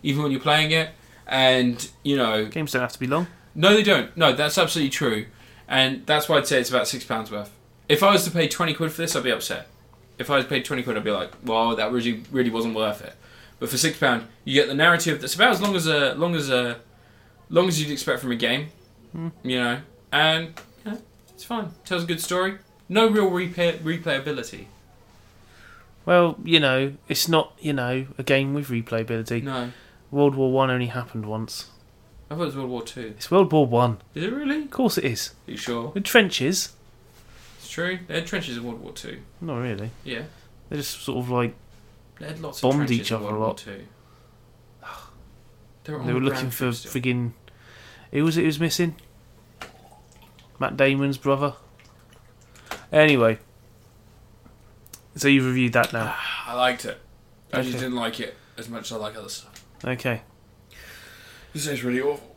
Speaker 1: even when you're playing it. And you know,
Speaker 2: Games don't have to be long.
Speaker 1: No, they don't. No, that's absolutely true, and that's why I'd say it's about six pounds worth. If I was to pay twenty quid for this, I'd be upset. If I was paid twenty quid, I'd be like, "Well, that really, really wasn't worth it." But for six pound, you get the narrative that's about as long as a long as a long as you'd expect from a game, you know, and you know, it's fine. Tells a good story. No real replay- replayability.
Speaker 2: Well, you know, it's not, you know, a game with replayability.
Speaker 1: No,
Speaker 2: World War One only happened once.
Speaker 1: I thought it was World War Two.
Speaker 2: It's World War One.
Speaker 1: Is it really?
Speaker 2: Of course it is.
Speaker 1: Are you sure?
Speaker 2: With trenches.
Speaker 1: It's true. They had trenches in World War Two.
Speaker 2: Not really.
Speaker 1: Yeah,
Speaker 2: They're just sort of like
Speaker 1: they had lots
Speaker 2: Bombed
Speaker 1: of trenches
Speaker 2: each
Speaker 1: in
Speaker 2: other
Speaker 1: World
Speaker 2: a
Speaker 1: War
Speaker 2: lot.
Speaker 1: Two. They were, on
Speaker 2: they
Speaker 1: the
Speaker 2: were looking
Speaker 1: ground
Speaker 2: for
Speaker 1: still.
Speaker 2: friggin' who was it who was missing? Matt Damon's brother. Anyway. So you've reviewed that now.
Speaker 1: I liked it. I just
Speaker 2: Okay.
Speaker 1: didn't like it as much as I like other stuff.
Speaker 2: Okay.
Speaker 1: This is really awful.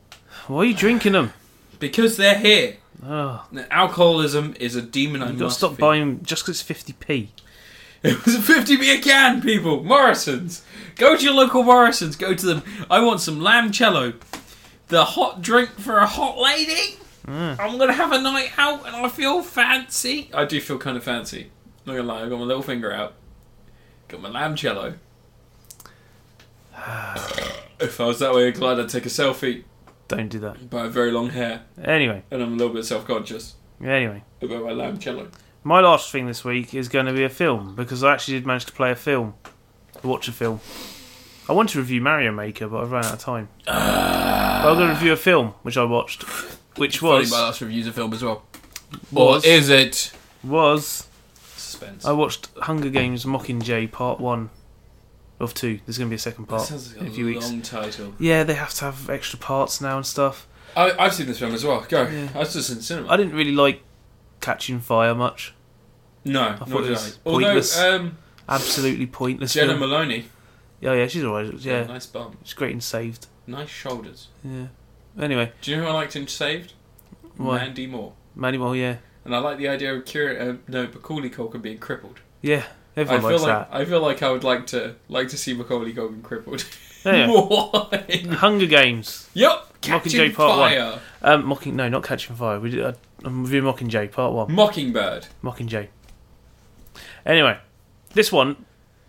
Speaker 2: Why are you drinking them?
Speaker 1: Because they're here.
Speaker 2: Oh,
Speaker 1: Alcoholism is a demon I
Speaker 2: you've got to
Speaker 1: must
Speaker 2: stop
Speaker 1: feed.
Speaker 2: buying 'em just because it's 50p.
Speaker 1: It was 50p a can, people. Morrison's. Go to your local Morrison's. Go to them. I want some lamb cello. The hot drink for a hot lady.
Speaker 2: Mm.
Speaker 1: I'm going to have a night out and I feel fancy. I do feel kind of fancy. Not going to lie. I've got my little finger out. Got my lamb cello. if I was that way inclined, I'd take a selfie.
Speaker 2: Don't do that.
Speaker 1: But I have very long hair
Speaker 2: Anyway,
Speaker 1: and I'm a little bit self conscious
Speaker 2: anyway.
Speaker 1: about my lamb cello.
Speaker 2: My last thing this week is going to be a film because I actually did manage to play a film, watch a film. I want to review Mario Maker, but I've run out of time. But I'm going to review a film which I watched, which
Speaker 1: Funny
Speaker 2: was
Speaker 1: my last review's a film as well.
Speaker 2: Was.
Speaker 1: Or is it
Speaker 2: was
Speaker 1: suspense?
Speaker 2: I watched Hunger Games Mockingjay Part One of Two. There's going to be a second part in a few weeks.
Speaker 1: long title.
Speaker 2: Yeah, they have to have extra parts now and stuff.
Speaker 1: I, I've seen this film as well. Go.
Speaker 2: Yeah.
Speaker 1: I was just in cinema.
Speaker 2: I didn't really like Catching Fire much.
Speaker 1: no,
Speaker 2: thought
Speaker 1: nor
Speaker 2: it
Speaker 1: did I.
Speaker 2: was
Speaker 1: Although
Speaker 2: pointless.
Speaker 1: um,
Speaker 2: Absolutely pointless.
Speaker 1: Jenna
Speaker 2: film.
Speaker 1: Maloney,
Speaker 2: Yeah, yeah, she's alright. Yeah,
Speaker 1: nice bum,
Speaker 2: she's great and saved.
Speaker 1: nice shoulders.
Speaker 2: Yeah. Anyway,
Speaker 1: Do you know who I liked in Saved?
Speaker 2: Why?
Speaker 1: Mandy Moore.
Speaker 2: Manny Moore, yeah.
Speaker 1: And I like the idea of Cura, uh, no, Macaulay Culkin being crippled.
Speaker 2: Yeah,
Speaker 1: I
Speaker 2: everyone
Speaker 1: feel
Speaker 2: likes
Speaker 1: like I feel like I would like to like to see Macaulay Culkin crippled.
Speaker 2: that. Anyway,
Speaker 1: Why?
Speaker 2: Hunger Games.
Speaker 1: yep.
Speaker 2: Mockingjay
Speaker 1: Catching
Speaker 2: Part One.
Speaker 1: Fire.
Speaker 2: Um, Mocking, no, not Catching Fire. We did, uh, I'm reviewing Mockingjay Part One.
Speaker 1: Mockingbird.
Speaker 2: Mockingjay. Anyway, this one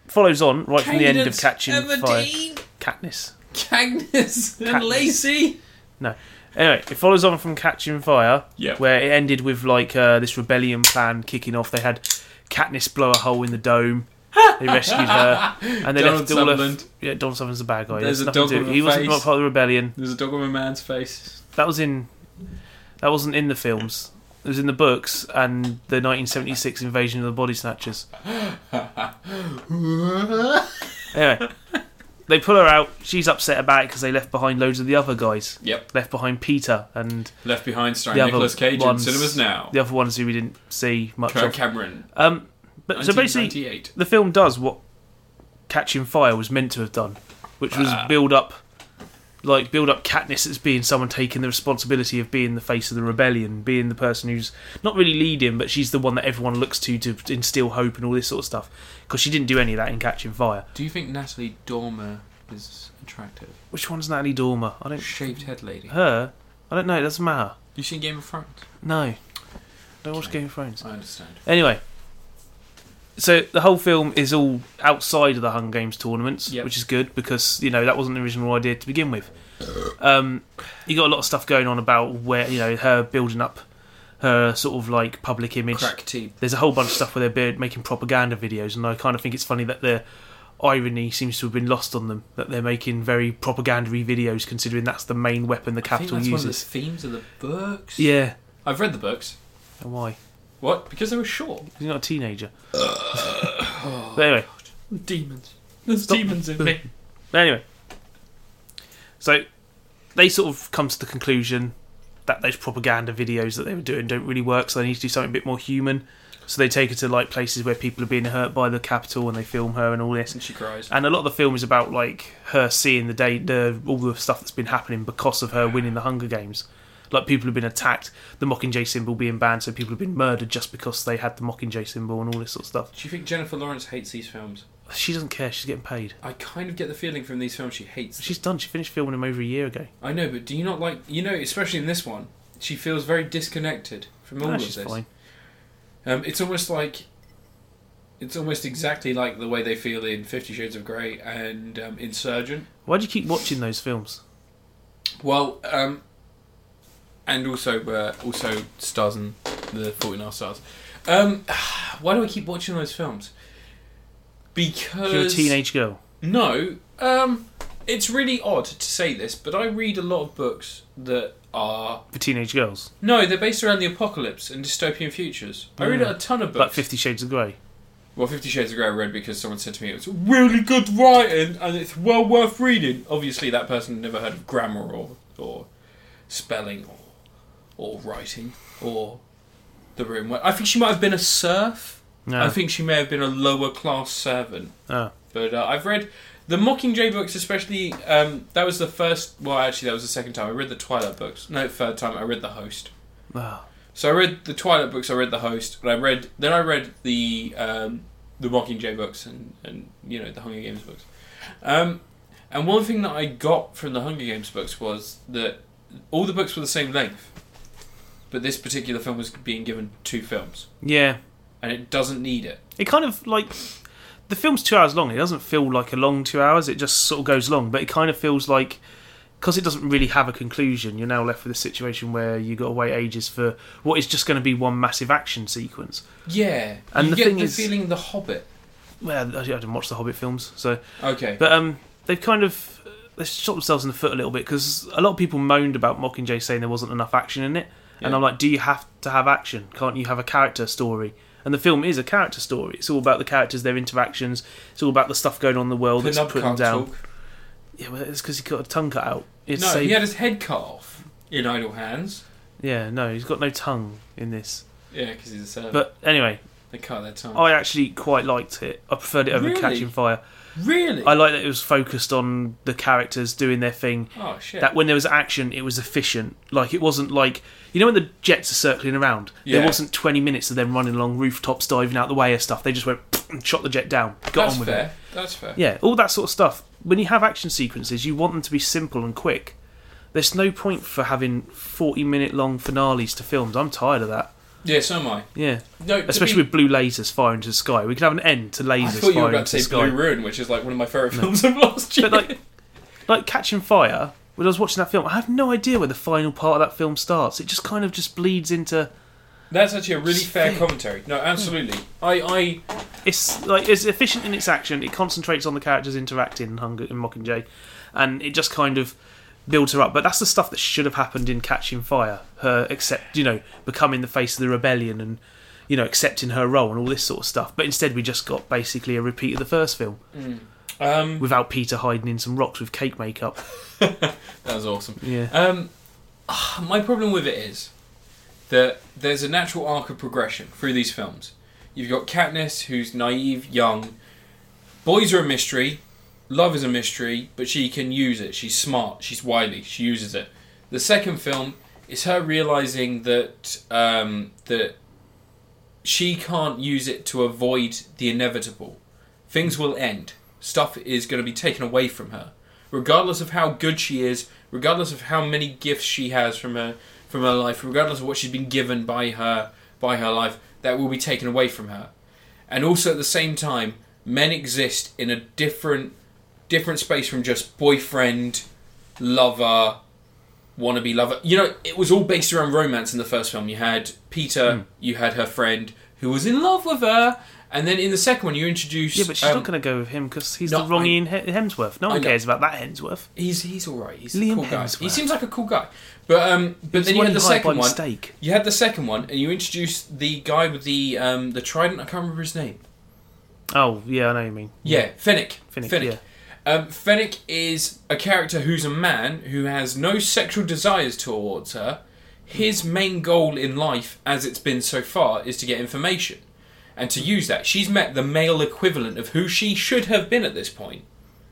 Speaker 2: follows on right from the end of
Speaker 1: Cadence
Speaker 2: Catching Fire.
Speaker 1: Everdeen,
Speaker 2: Katniss.
Speaker 1: Cagnus and
Speaker 2: Katniss.
Speaker 1: Lacey.
Speaker 2: Anyway, it follows on from Catching Fire,
Speaker 1: Yep.
Speaker 2: where it ended with like uh, this rebellion plan kicking off. They had Katniss blow a hole in the dome. They rescued her, and they
Speaker 1: Donald
Speaker 2: left all
Speaker 1: Sutherland.
Speaker 2: of yeah. Donald Sutherland's a bad guy.
Speaker 1: There's
Speaker 2: There's
Speaker 1: a
Speaker 2: nothing
Speaker 1: dog
Speaker 2: to
Speaker 1: with
Speaker 2: do.
Speaker 1: a
Speaker 2: He wasn't
Speaker 1: face.
Speaker 2: not part of the rebellion.
Speaker 1: There's a dog on a man's face.
Speaker 2: That was in. That wasn't in the films. It was in the books and the 1976 invasion of the Body Snatchers. Anyway, they pull her out. She's upset about it because they left behind loads of the other guys.
Speaker 1: Yep.
Speaker 2: Left behind Peter and
Speaker 1: Left Behind starring
Speaker 2: The other
Speaker 1: Nicolas Cage in
Speaker 2: ones-
Speaker 1: cinemas now.
Speaker 2: the other ones who we didn't see much
Speaker 1: Kirk
Speaker 2: of.
Speaker 1: Cameron.
Speaker 2: Um, but so basically,
Speaker 1: 1998.
Speaker 2: the film does what Catching Fire was meant to have done, which was build up, like build up Katniss as being someone taking the responsibility of being the face of the rebellion, being the person who's not really leading, but she's the one that everyone looks to to instill hope and all this sort of stuff. Because she didn't do any of that in Catching Fire.
Speaker 1: Do you think Natalie Dormer is attractive?
Speaker 2: Which one's Natalie Dormer? I don't
Speaker 1: Shaved head lady.
Speaker 2: her. I don't know. It doesn't matter.
Speaker 1: You seen Game of Thrones?
Speaker 2: No, I don't watch Game of Thrones.
Speaker 1: I understand.
Speaker 2: Anyway, so the whole film is all outside of the Hunger Games tournaments,
Speaker 1: Yep.
Speaker 2: which is good because you know that wasn't the original idea to begin with. Um, you got a lot of stuff going on about where you know her building up her sort of like public image.
Speaker 1: Crack tea.
Speaker 2: There's a whole bunch of stuff where they're be- making propaganda videos, and I kind of think it's funny that the irony seems to have been lost on them that they're making very propagandary videos, considering that's the main weapon the
Speaker 1: I think
Speaker 2: capital
Speaker 1: that's one of the
Speaker 2: uses.
Speaker 1: themes of the books.
Speaker 2: Yeah,
Speaker 1: I've read the books.
Speaker 2: and why?
Speaker 1: What? Because they were short.
Speaker 2: He's not a teenager. but anyway,
Speaker 1: Demons. There's demons in me.
Speaker 2: But anyway, so they sort of come to the conclusion that those propaganda videos that they were doing don't really work, so they need to do something a bit more human. So they take her to like places where people are being hurt by the capital, and they film her and all this.
Speaker 1: And she cries.
Speaker 2: And a lot of the film is about like her seeing the day, the, all the stuff that's been happening because of her winning the Hunger Games. Like people have been attacked, the Mockingjay symbol being banned, so people have been murdered just because they had the Mockingjay symbol and all this sort of stuff.
Speaker 1: Do you think Jennifer Lawrence hates these films?
Speaker 2: She doesn't care. She's getting paid.
Speaker 1: I kind of get the feeling from these films she hates. them.
Speaker 2: She's done. She finished filming them over a year ago.
Speaker 1: I know, but do you not like you know, especially in this one, she feels very disconnected from all
Speaker 2: Nah,
Speaker 1: of
Speaker 2: she's
Speaker 1: this.
Speaker 2: fine.
Speaker 1: Um, it's almost like it's almost exactly like the way they feel in Fifty Shades of Grey and um, Insurgent.
Speaker 2: Why do you keep watching those films?
Speaker 1: Well, um, and also uh, also Stars and the Forty Nine Stars. Um, why do I keep watching those films? Because
Speaker 2: You're a teenage girl.
Speaker 1: No, um, it's really odd to say this, but I read a lot of books that are
Speaker 2: For teenage girls.
Speaker 1: no, they're based around the apocalypse and dystopian futures. I read
Speaker 2: Yeah.
Speaker 1: a ton of books.
Speaker 2: Like Fifty Shades of Grey.
Speaker 1: Well, Fifty Shades of Grey I read because someone said to me it was really good writing and it's well worth reading. Obviously, that person had never heard of grammar or, or spelling or, or writing or the room. I think she might have been a serf.
Speaker 2: No.
Speaker 1: I think she may have been a lower class servant.
Speaker 2: Ah.
Speaker 1: But uh, I've read the Mockingjay books, especially. Um, that was the first. Well, actually, that was the second time I read the Twilight books. No, third time I read the Host.
Speaker 2: Ah.
Speaker 1: So I read the Twilight books. I read The Host, and I read then I read the um, the Mockingjay books and, and you know the Hunger Games books. Um, and one thing that I got from the Hunger Games books was that all the books were the same length, but this particular film was being given two films,
Speaker 2: Yeah.
Speaker 1: and it doesn't need it.
Speaker 2: It kind of like the film's two hours long. It doesn't feel like a long two hours. It just sort of goes long, but it kind of feels like because it doesn't really have a conclusion. You're now left with a situation where you got to wait ages for what is just going to be one massive action sequence.
Speaker 1: Yeah,
Speaker 2: And
Speaker 1: you
Speaker 2: the
Speaker 1: get
Speaker 2: thing
Speaker 1: the
Speaker 2: is-
Speaker 1: feeling the Hobbit.
Speaker 2: Well, I I didn't watch the Hobbit films, so
Speaker 1: Okay,
Speaker 2: but um, they've kind of they shot themselves in the foot a little bit because a lot of people moaned about Mockingjay saying there wasn't enough action in it, and
Speaker 1: Yeah.
Speaker 2: I'm like, do you have to have action? Can't you have a character story? And the film is a character story. It's all about the characters, their interactions. It's all about the stuff going on in the world that's
Speaker 1: Penub
Speaker 2: put them
Speaker 1: can't
Speaker 2: down.
Speaker 1: talk.
Speaker 2: Yeah, well, it's because he got a tongue cut out. It's
Speaker 1: No,
Speaker 2: saved-
Speaker 1: he had his head cut off in Idle Hands.
Speaker 2: yeah, no, he's got no tongue in this.
Speaker 1: Yeah, because he's a servant.
Speaker 2: But anyway,
Speaker 1: they cut their tongue.
Speaker 2: I actually quite liked it. I preferred it over
Speaker 1: Really?
Speaker 2: Catching Fire.
Speaker 1: really?
Speaker 2: I like that it was focused on the characters doing their thing.
Speaker 1: oh shit!
Speaker 2: that when there was action, it was efficient. Like it wasn't like you know when the jets are circling around,
Speaker 1: Yeah.
Speaker 2: there wasn't twenty minutes of them running along rooftops, diving out the way of stuff. They just went and shot the jet down, got
Speaker 1: That's
Speaker 2: on with
Speaker 1: fair.
Speaker 2: it.
Speaker 1: That's fair.
Speaker 2: Yeah, all that sort of stuff. When you have action sequences, you want them to be simple and quick. There's no point for having forty-minute long finales to films. I'm tired of that.
Speaker 1: Yeah, so am I.
Speaker 2: Yeah,
Speaker 1: No, to be-
Speaker 2: especially with blue lasers firing to the sky. We could have an end to
Speaker 1: I
Speaker 2: lasers
Speaker 1: thought you were
Speaker 2: firing
Speaker 1: about
Speaker 2: to
Speaker 1: to
Speaker 2: the
Speaker 1: say
Speaker 2: sky.
Speaker 1: Blue Ruin, which is like one of my favourite films of last year.
Speaker 2: But like, like Catching Fire, when I was watching that film, I have no idea where the final part of that film starts. It just kind of just bleeds into.
Speaker 1: That's actually a really
Speaker 2: Just
Speaker 1: fair
Speaker 2: think.
Speaker 1: commentary. No, absolutely. I, I,
Speaker 2: It's like it's efficient in its action. It concentrates on the characters interacting in Hunger and Mockingjay, and it just kind of builds her up. But that's the stuff that should have happened in Catching Fire. Her accept, you know, becoming the face of the rebellion and. You know, accepting her role and all this sort of stuff, but instead we just got basically a repeat of the first film
Speaker 1: um,
Speaker 2: without Peter hiding in some rocks with cake makeup.
Speaker 1: that was awesome.
Speaker 2: Yeah,
Speaker 1: Um, ah, my problem with it is that there's a natural arc of progression through these films. You've got Katniss, who's naive, young. Boys are a mystery. Love is a mystery, but she can use it. She's smart. She's wily. She uses it. The second film is her realizing that um, that she can't use it to avoid the inevitable. Things will end. Stuff is going to be taken away from her, regardless of how good she is, regardless of how many gifts she has from her from her life, regardless of what she's been given by her by her life, that will be taken away from her. And also at the same time, men exist in a different different space from just boyfriend, lover, wannabe lover. You know, it was all based around romance in the first film. You had Peter,
Speaker 2: Hmm.
Speaker 1: you had her friend who was in love with her, and then in the second one you introduced
Speaker 2: yeah, but she's
Speaker 1: um,
Speaker 2: not going to go with him because he's
Speaker 1: no,
Speaker 2: the wrong
Speaker 1: I-
Speaker 2: Ian He- Hemsworth. No
Speaker 1: I
Speaker 2: one
Speaker 1: know.
Speaker 2: cares about that Hemsworth.
Speaker 1: He's he's all right. He's a
Speaker 2: Liam
Speaker 1: cool guy. He
Speaker 2: Hemsworth.
Speaker 1: seems like a cool guy. But um, but
Speaker 2: It's
Speaker 1: then you
Speaker 2: one
Speaker 1: had the
Speaker 2: hired
Speaker 1: second
Speaker 2: by
Speaker 1: one.
Speaker 2: mistake.
Speaker 1: You had the second one, and you introduced the guy with the um the trident. I can't remember his name.
Speaker 2: Oh yeah, I know what you mean.
Speaker 1: Yeah, Fennec.
Speaker 2: Finnick, yeah.
Speaker 1: Um, Fennec is a character who's a man who has no sexual desires towards her. His main goal in life, as it's been so far, is to get information and to use that. She's met the male equivalent of who she should have been at this point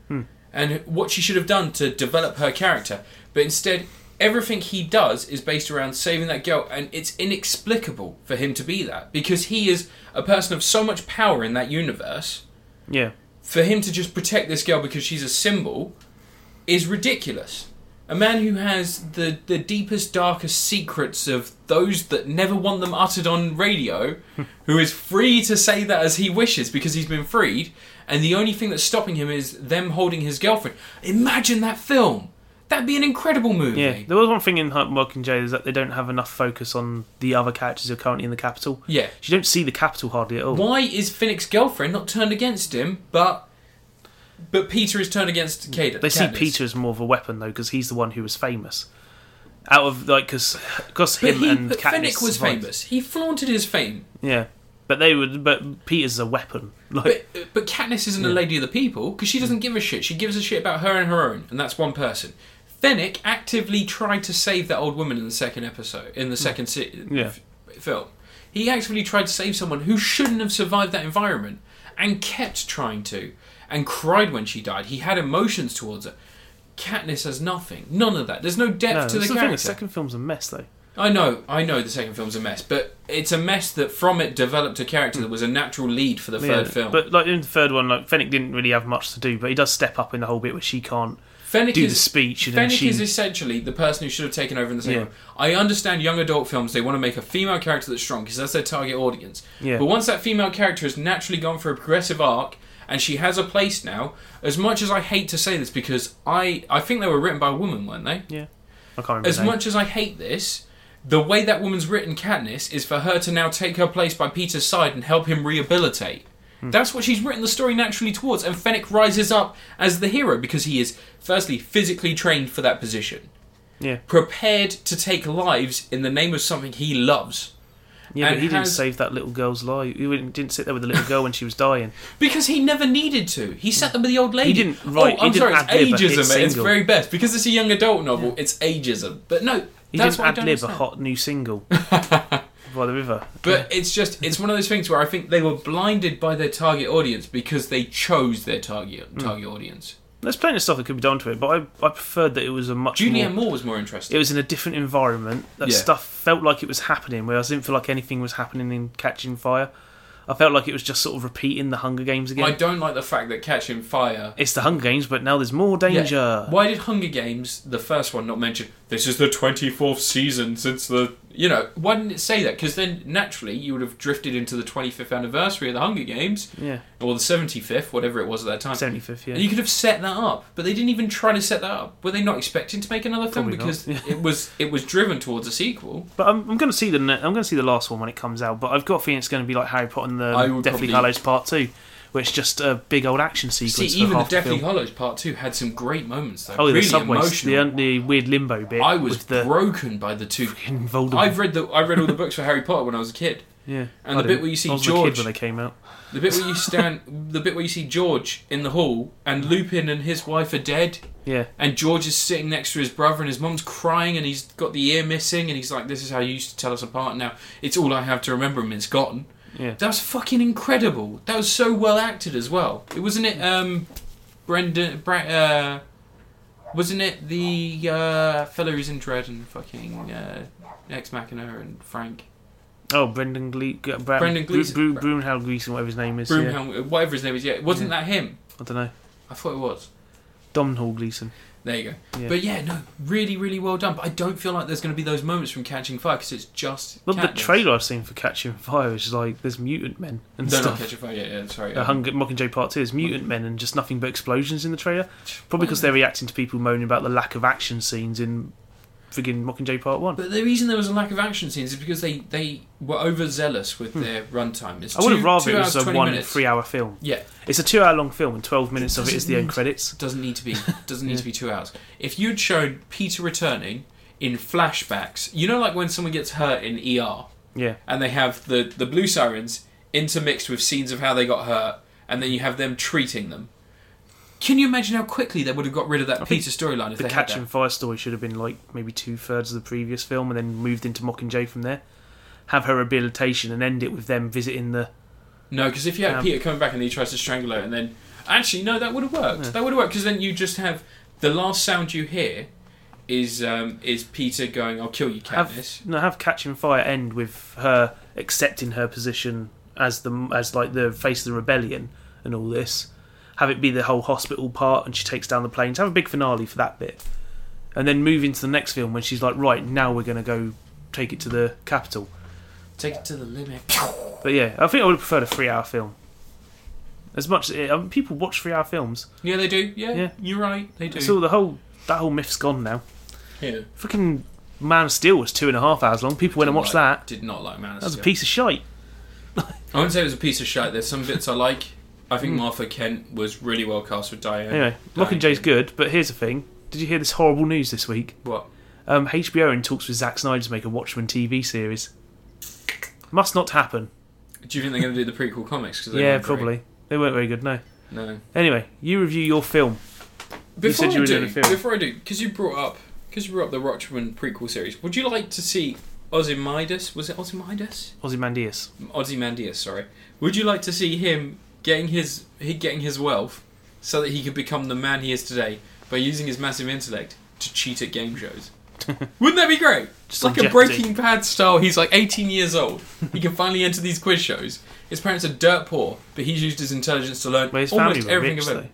Speaker 1: Hmm. and what she should have done to develop her character. But instead, everything he does is based around saving that girl, and it's inexplicable for him to be that because he is a person of so much power in that universe
Speaker 2: Yeah,
Speaker 1: for him to just protect this girl because she's a symbol is ridiculous. A man who has the, the deepest, darkest secrets of those that never want them uttered on radio, who is free to say that as he wishes because he's been freed, and the only thing that's stopping him is them holding his girlfriend. Imagine that film! That'd be an incredible movie.
Speaker 2: yeah. There was one thing in Hunt and Jay is that they don't have enough focus on the other characters who are currently in the capital.
Speaker 1: Yeah.
Speaker 2: you don't see the capital hardly at all.
Speaker 1: Why is Finnick's girlfriend not turned against him, but but Peter is turned against Kate?
Speaker 2: They see Peter as more of a weapon though, because he's the one who was famous. Out of like, because
Speaker 1: But
Speaker 2: him
Speaker 1: he,
Speaker 2: and
Speaker 1: but
Speaker 2: Katniss
Speaker 1: Fennec was
Speaker 2: survived.
Speaker 1: famous. He flaunted his fame.
Speaker 2: Yeah, but they would. But Peter's a weapon. Like,
Speaker 1: But uh, but Katniss isn't a lady of the people because she
Speaker 2: Mm.
Speaker 1: doesn't give a shit. She gives a shit about her and her own, and that's one person. Fennec actively tried to save that old woman in the second episode, in the second si-
Speaker 2: Mm. Yeah.
Speaker 1: f- film. He actively tried to save someone who shouldn't have survived that environment, and kept trying to, and cried when she died. He had emotions towards her. Katniss has nothing, none of that. There's no depth
Speaker 2: no,
Speaker 1: to the
Speaker 2: that's the thing,
Speaker 1: character.
Speaker 2: second film's a mess though.
Speaker 1: I know, I know the second film's a mess, but it's a mess that from it developed a character that was a natural lead for the third
Speaker 2: Hmm. Yeah,
Speaker 1: film.
Speaker 2: But like in the third one, like Fennec didn't really have much to do, but he does step up in the whole bit where she can't
Speaker 1: Fennec
Speaker 2: do
Speaker 1: is,
Speaker 2: the speech, and then
Speaker 1: Fennec
Speaker 2: she
Speaker 1: is essentially the person who should have taken over in the second
Speaker 2: Yeah.
Speaker 1: one. I understand young adult films, they want to make a female character that's strong because that's their target audience.
Speaker 2: Yeah.
Speaker 1: But once that female character has naturally gone for a progressive arc and she has a place now, as much as I hate to say this because I, I think they were written by a woman, weren't they?
Speaker 2: yeah, I can't remember.
Speaker 1: As
Speaker 2: her name.
Speaker 1: much as I hate this, the way that woman's written Katniss is for her to now take her place by Peter's side and help him rehabilitate.
Speaker 2: Hmm.
Speaker 1: That's what she's written the story naturally towards, and Fennec rises up as the hero because he is, firstly, physically trained for that position,
Speaker 2: yeah,
Speaker 1: prepared to take lives in the name of something he loves.
Speaker 2: yeah,
Speaker 1: and
Speaker 2: but he didn't
Speaker 1: has-
Speaker 2: save that little girl's life. He wouldn't- didn't sit there with the little girl when she was dying.
Speaker 1: Because he never needed to. He sat them with the old lady.
Speaker 2: Hmm. didn't write-
Speaker 1: Oh, I'm
Speaker 2: he
Speaker 1: sorry,
Speaker 2: didn't
Speaker 1: it's
Speaker 2: ad-lib a hit
Speaker 1: ageism at its
Speaker 2: single.
Speaker 1: very best. Because it's a young adult novel, it's ageism. But no,
Speaker 2: He
Speaker 1: that's what I don't
Speaker 2: didn't ad lib a
Speaker 1: understand.
Speaker 2: hot new single by the river.
Speaker 1: But it's just it's one of those things where I think they were blinded by their target audience because they chose their target target audience.
Speaker 2: There's plenty of stuff that could be done to it, but I, I preferred that it was a much more.
Speaker 1: Julianne Moore was more interesting.
Speaker 2: it was in a different environment. That
Speaker 1: Yeah.
Speaker 2: stuff felt like it was happening, whereas I didn't feel like anything was happening in Catching Fire. I felt like it was just sort of repeating the Hunger Games again.
Speaker 1: I don't like the fact that Catching Fire.
Speaker 2: It's the Hunger Games, but now there's more danger.
Speaker 1: Yeah. Why did Hunger Games, the first one, not mention this is the twenty fourth season since the you know why didn't it say that? Because then naturally you would have drifted into the twenty fifth anniversary of the Hunger Games
Speaker 2: Yeah,
Speaker 1: or the seventy fifth, whatever it was at that time.
Speaker 2: 75th, yeah.
Speaker 1: You could have set that up, but they didn't even try to set that up. Were they not expecting to make another film
Speaker 2: Probably not.
Speaker 1: because it was it was driven towards a sequel?
Speaker 2: But I'm, I'm going to see the ne- I'm going to see the last one when it comes out. But I've got a feeling it's going to be like Harry Potter and
Speaker 1: I
Speaker 2: the
Speaker 1: would
Speaker 2: Deathly
Speaker 1: probably-
Speaker 2: Hallows Part Two, where it's just a big old action
Speaker 1: See,
Speaker 2: sequence. for
Speaker 1: even the
Speaker 2: half the
Speaker 1: Deathly
Speaker 2: film.
Speaker 1: Hollows Part Two had some great moments, though.
Speaker 2: Oh,
Speaker 1: really
Speaker 2: the subway, the,
Speaker 1: emotional.
Speaker 2: un- the weird limbo bit.
Speaker 1: I was
Speaker 2: with the
Speaker 1: broken by the two.
Speaker 2: fucking Voldemort.
Speaker 1: I've read the I read all the books for Harry Potter when I was a kid.
Speaker 2: yeah,
Speaker 1: and
Speaker 2: I
Speaker 1: the
Speaker 2: did.
Speaker 1: bit where you see
Speaker 2: I was a
Speaker 1: George-
Speaker 2: kid when they came out.
Speaker 1: The bit where you stand, the bit where you see George in the hall, and Lupin and his wife are dead,
Speaker 2: Yeah,
Speaker 1: and George is sitting next to his brother, and his mum's crying, and he's got the ear missing, and he's like, "This is how you used to tell us apart. Now it's all I have to remember, and it's gone."
Speaker 2: yeah.
Speaker 1: That was fucking incredible. That was so well acted as well. It wasn't it, um, Brendan, Bre- uh, wasn't it the uh, fellow who's in Dread and fucking uh, Ex Machina and Frank
Speaker 2: Oh, Brendan Glee, G- Bra-
Speaker 1: Brendan Gleeson.
Speaker 2: Bru- Bru- Brunhal Gleeson, whatever his name is. Yeah.
Speaker 1: Broomhelm, whatever his name is. Yeah, wasn't that him?
Speaker 2: I don't know.
Speaker 1: I thought it was.
Speaker 2: Domhnall Gleeson.
Speaker 1: There you go.
Speaker 2: Yeah.
Speaker 1: But yeah, no, really, really well done. But I don't feel like there's going to be those moments from Catching Fire because it's just.
Speaker 2: Well, the
Speaker 1: Katniss.
Speaker 2: trailer I've seen for Catching Fire is like there's mutant men and
Speaker 1: No, not
Speaker 2: stuff.
Speaker 1: Catching Fire. Yeah, yeah, sorry.
Speaker 2: uh, Hunger Mockingjay Part Two is mutant men and just nothing but explosions in the trailer. Probably because they're reacting to people moaning about the lack of action scenes in friggin' Mockingjay Part One.
Speaker 1: But the reason there was a lack of action scenes is because they, they were overzealous with their runtime. It's
Speaker 2: Hmm. I would
Speaker 1: two-
Speaker 2: have rather
Speaker 1: two
Speaker 2: it was
Speaker 1: hours,
Speaker 2: a
Speaker 1: 20
Speaker 2: one
Speaker 1: minutes.
Speaker 2: three-hour film.
Speaker 1: Yeah,
Speaker 2: It's a two-hour-long film, and twelve minutes of it is
Speaker 1: doesn't
Speaker 2: the end
Speaker 1: need-
Speaker 2: credits.
Speaker 1: doesn't need to be doesn't need to be two hours. If you'd shown Peter returning in flashbacks, you know, like when someone gets hurt in ER,
Speaker 2: Yeah,
Speaker 1: and they have the the blue sirens intermixed with scenes of how they got hurt, and then you have them treating them. Can you imagine how quickly they would have got rid of that
Speaker 2: think
Speaker 1: Peter storyline if
Speaker 2: the
Speaker 1: they
Speaker 2: Catch
Speaker 1: had
Speaker 2: and Fire story should have been like maybe two-thirds of the previous film, and then moved into Mockingjay from there. Have her rehabilitation and end it with them visiting the.
Speaker 1: that? No, because if you had
Speaker 2: Um,
Speaker 1: Peter coming back and he tries to strangle her, and then actually no, that would have worked. That would have worked because then you just have the last sound you hear is um, is Peter going, "I'll kill you, Katniss."
Speaker 2: Have, no, have Catch and Fire end with her accepting her position as the as like the face of the rebellion and all this. Have it be the whole hospital part, and she takes down the planes. Have a big finale for that bit, and then move into the next film when she's like, right now we're gonna go take it to the capital.
Speaker 1: Take it to the limit.
Speaker 2: But yeah, I think I would have preferred a three-hour film. As much as I mean, people watch three-hour films,
Speaker 1: Yeah, they do. Yeah,
Speaker 2: Yeah.
Speaker 1: you're right. They do.
Speaker 2: so the whole that whole myth's gone now.
Speaker 1: yeah.
Speaker 2: Fucking Man of Steel was two and a half hours long. People went and watched
Speaker 1: Like,
Speaker 2: that.
Speaker 1: Did not like Man of
Speaker 2: That was a
Speaker 1: Steel.
Speaker 2: piece of shite.
Speaker 1: I wouldn't say it was a piece of shit. There's some bits I like. I think Martha Kent was really well cast with Diane.
Speaker 2: Hmm. Anyway,
Speaker 1: Diane
Speaker 2: Mockingjay's
Speaker 1: Keaton.
Speaker 2: good, but here's the thing. Did you hear this horrible news this week?
Speaker 1: What?
Speaker 2: Um, HBO in talks with Zack Snyder to make a Watchmen TV series. Must not happen.
Speaker 1: Do you think they're going to do the prequel comics? 'Cause they
Speaker 2: Yeah,
Speaker 1: weren't great.
Speaker 2: probably. They weren't very good, no.
Speaker 1: No. Anyway,
Speaker 2: Anyway, you review your film.
Speaker 1: before
Speaker 2: said you
Speaker 1: I
Speaker 2: were
Speaker 1: do,
Speaker 2: doing a film.
Speaker 1: before I do, because you brought up, because you brought up the Rochman prequel series, would you like to see Ozymandias? Was it Ozymandias?
Speaker 2: Ozymandias.
Speaker 1: Ozymandias, sorry. Would you like to see him getting his he getting his wealth so that he could become the man he is today by using his massive intellect to cheat at game shows? Wouldn't that be great? Just
Speaker 2: Just
Speaker 1: like
Speaker 2: on
Speaker 1: a
Speaker 2: Jeopardy.
Speaker 1: Breaking Bad style. He's like 18 years old. He can finally enter these quiz shows. His parents are dirt poor, but he's used his intelligence to learn
Speaker 2: Well, his family
Speaker 1: almost
Speaker 2: were
Speaker 1: everything
Speaker 2: rich,
Speaker 1: about
Speaker 2: though.
Speaker 1: it.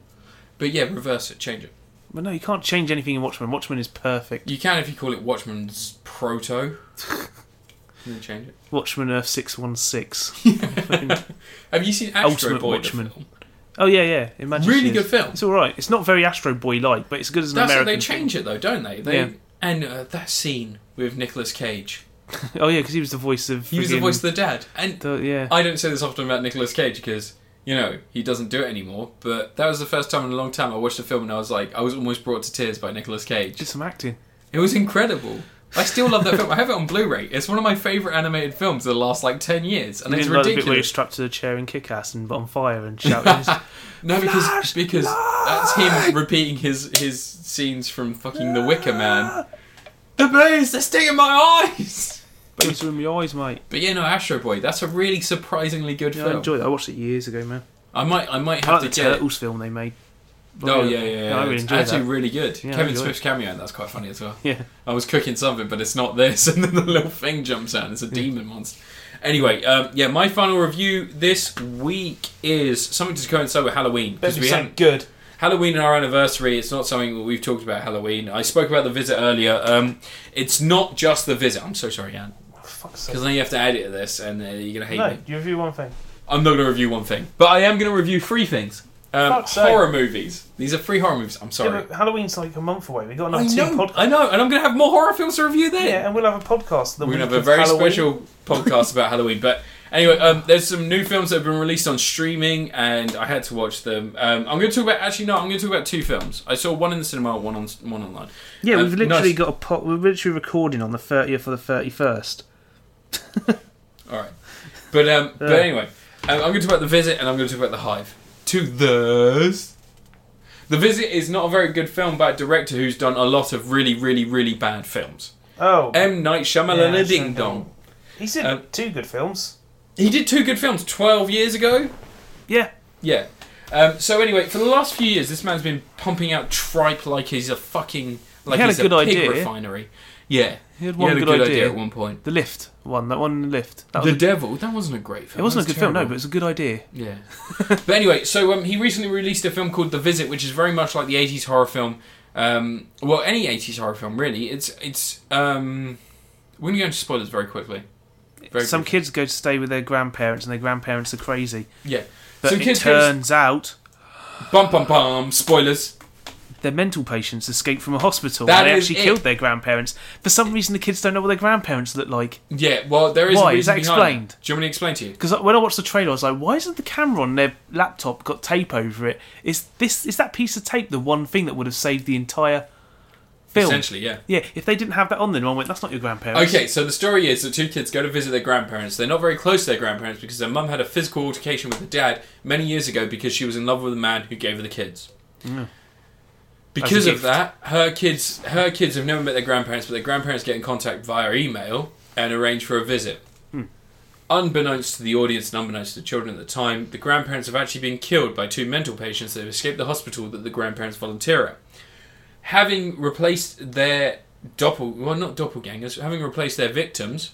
Speaker 1: But yeah, reverse it, change it.
Speaker 2: But no, you can't change anything in Watchmen. Watchmen is perfect.
Speaker 1: You can if you call it Watchman's proto. and then change it.
Speaker 2: Watchmen Earth six one six.
Speaker 1: Have you seen Astro Boy?
Speaker 2: Ultimate
Speaker 1: the
Speaker 2: Watchman.
Speaker 1: film?
Speaker 2: Oh yeah, yeah. Imagine
Speaker 1: Really
Speaker 2: she is.
Speaker 1: good film.
Speaker 2: It's all right. It's not very Astro Boy like, but it's good as an
Speaker 1: That's what
Speaker 2: American.
Speaker 1: they change it though, don't they? They
Speaker 2: Yeah.
Speaker 1: and uh, that scene with Nicolas Cage.
Speaker 2: Oh yeah, because he was the voice of.
Speaker 1: He was the
Speaker 2: friggin-
Speaker 1: voice of the dad, and
Speaker 2: the- yeah.
Speaker 1: I don't say this often about Nicolas Cage because you know he doesn't do it anymore. But that was the first time in a long time I watched a film and I was like, I was almost brought to tears by Nicolas Cage.
Speaker 2: Did some acting.
Speaker 1: It was incredible. I still love that film. I have it on Blu-ray. It's one of my favorite animated films of the last like ten years, and
Speaker 2: You
Speaker 1: it's
Speaker 2: didn't like the bit where he was
Speaker 1: ridiculous.
Speaker 2: strapped to the chair and kick ass and on fire and shouting.
Speaker 1: no, because
Speaker 2: Flash,
Speaker 1: because that's him repeating his his scenes from fucking The Wicker Man. The bees, they're stinging my eyes.
Speaker 2: Those are in my eyes, mate.
Speaker 1: But yeah, no, Astro Boy. That's a really surprisingly good
Speaker 2: Yeah, I
Speaker 1: film.
Speaker 2: enjoyed it. I watched it years ago, man.
Speaker 1: I might I might
Speaker 2: I
Speaker 1: have
Speaker 2: like the
Speaker 1: to get it.
Speaker 2: Turtles film they made.
Speaker 1: Oh yeah, yeah, yeah.
Speaker 2: I really
Speaker 1: it's
Speaker 2: enjoyed
Speaker 1: actually
Speaker 2: that.
Speaker 1: really good.
Speaker 2: Yeah, I
Speaker 1: Kevin
Speaker 2: enjoyed
Speaker 1: Smith's cameo, and that's quite funny as well.
Speaker 2: Yeah.
Speaker 1: I was cooking something, but it's not this, and then the little thing jumps out. and It's a demon monster. Anyway, um, yeah, my final review this week is something to coincide with Halloween because we had
Speaker 2: good.
Speaker 1: Halloween and our anniversary. It's not something that we've talked about Halloween. I spoke about the visit earlier. Um, it's not just the visit. I'm so sorry, Anne,
Speaker 2: Oh,
Speaker 1: because now you have to edit this, and uh, you're gonna hate me.
Speaker 2: you review one thing.
Speaker 1: I'm not going to review one thing, but I am going to review three things. Um,
Speaker 2: Fuck's sake.
Speaker 1: horror movies. These are three horror movies. I'm sorry.
Speaker 2: Halloween's like a month away. We've got
Speaker 1: I know, I know, and I'm going to have more horror films to review then.
Speaker 2: and we'll have a podcast. The
Speaker 1: We're going to have a very special podcast about Halloween. But anyway, um, there's some new films that have been released on streaming, and I had to watch them. Um, I'm going to talk about actually no, I'm going to talk about two films. I saw one in the cinema, one on one online.
Speaker 2: Yeah,
Speaker 1: Um,
Speaker 2: we've literally
Speaker 1: nice.
Speaker 2: got a pot. We're literally recording on the thirtieth or the thirty-first.
Speaker 1: All right, but um, but anyway, um, I'm going to talk about the visit, and I'm going to talk about the Hive. To those. The Visit is not a very good film by a director who's done a lot of really, really, really bad films.
Speaker 2: Oh,
Speaker 1: M. Night Shyamalan
Speaker 2: Yeah,
Speaker 1: Ding
Speaker 2: Shyamalan.
Speaker 1: Dong.
Speaker 2: he's in
Speaker 1: um,
Speaker 2: two good films.
Speaker 1: He did two good films 12 years ago.
Speaker 2: Yeah,
Speaker 1: Yeah. Um, so anyway, for the last few years, this man's been pumping out tripe like he's a fucking like
Speaker 2: had a
Speaker 1: he's a,
Speaker 2: good
Speaker 1: pig
Speaker 2: idea.
Speaker 1: refinery. Yeah,
Speaker 2: He had one
Speaker 1: a
Speaker 2: good
Speaker 1: good idea.
Speaker 2: idea.
Speaker 1: at one point.
Speaker 2: the lift one. That one, the lift. That
Speaker 1: the
Speaker 2: was a-
Speaker 1: Devil. That wasn't a great film.
Speaker 2: it wasn't a
Speaker 1: That
Speaker 2: good
Speaker 1: was
Speaker 2: film, no, but
Speaker 1: terrible.
Speaker 2: it's a good idea.
Speaker 1: Yeah. but anyway, so um, he recently released a film called The Visit, which is very much like the 80s horror film. Um, well, any 80s horror film, really. It's. it's um, We're going to go into spoilers very quickly. Very
Speaker 2: Some
Speaker 1: briefly.
Speaker 2: kids go to stay with their grandparents, and their grandparents are crazy.
Speaker 1: Yeah.
Speaker 2: But
Speaker 1: Some
Speaker 2: it
Speaker 1: kids go-
Speaker 2: turns out
Speaker 1: Bum, bum, bum. Spoilers.
Speaker 2: their mental patients escaped from a hospital
Speaker 1: That
Speaker 2: and they
Speaker 1: is
Speaker 2: actually
Speaker 1: it.
Speaker 2: killed their grandparents. For some reason, the kids don't know what their grandparents look like.
Speaker 1: Yeah, well, there is
Speaker 2: Why?
Speaker 1: a reason
Speaker 2: Is that
Speaker 1: behind
Speaker 2: explained?
Speaker 1: it. Do you want me to explain to you?
Speaker 2: Because when I watched the trailer, I was like, "Why isn't the camera on their laptop got tape over it? Is this is that piece of tape the one thing that would have saved the entire film?"
Speaker 1: Essentially, yeah.
Speaker 2: Yeah, if they didn't have that on, then I went, "That's not your grandparents."
Speaker 1: Okay, so the story is that two kids go to visit their grandparents. They're not very close to their grandparents because their mum had a physical altercation with her dad many years ago because she was in love with the man who gave her the kids. Because
Speaker 2: As a
Speaker 1: of
Speaker 2: gift.
Speaker 1: that, her kids her kids have never met their grandparents, but their grandparents get in contact via email and arrange for a visit. Unbeknownst to the audience and unbeknownst to the children at the time, the grandparents have actually been killed by two mental patients that have escaped the hospital that the grandparents volunteer at having replaced their doppel well not doppelgangers having replaced their victims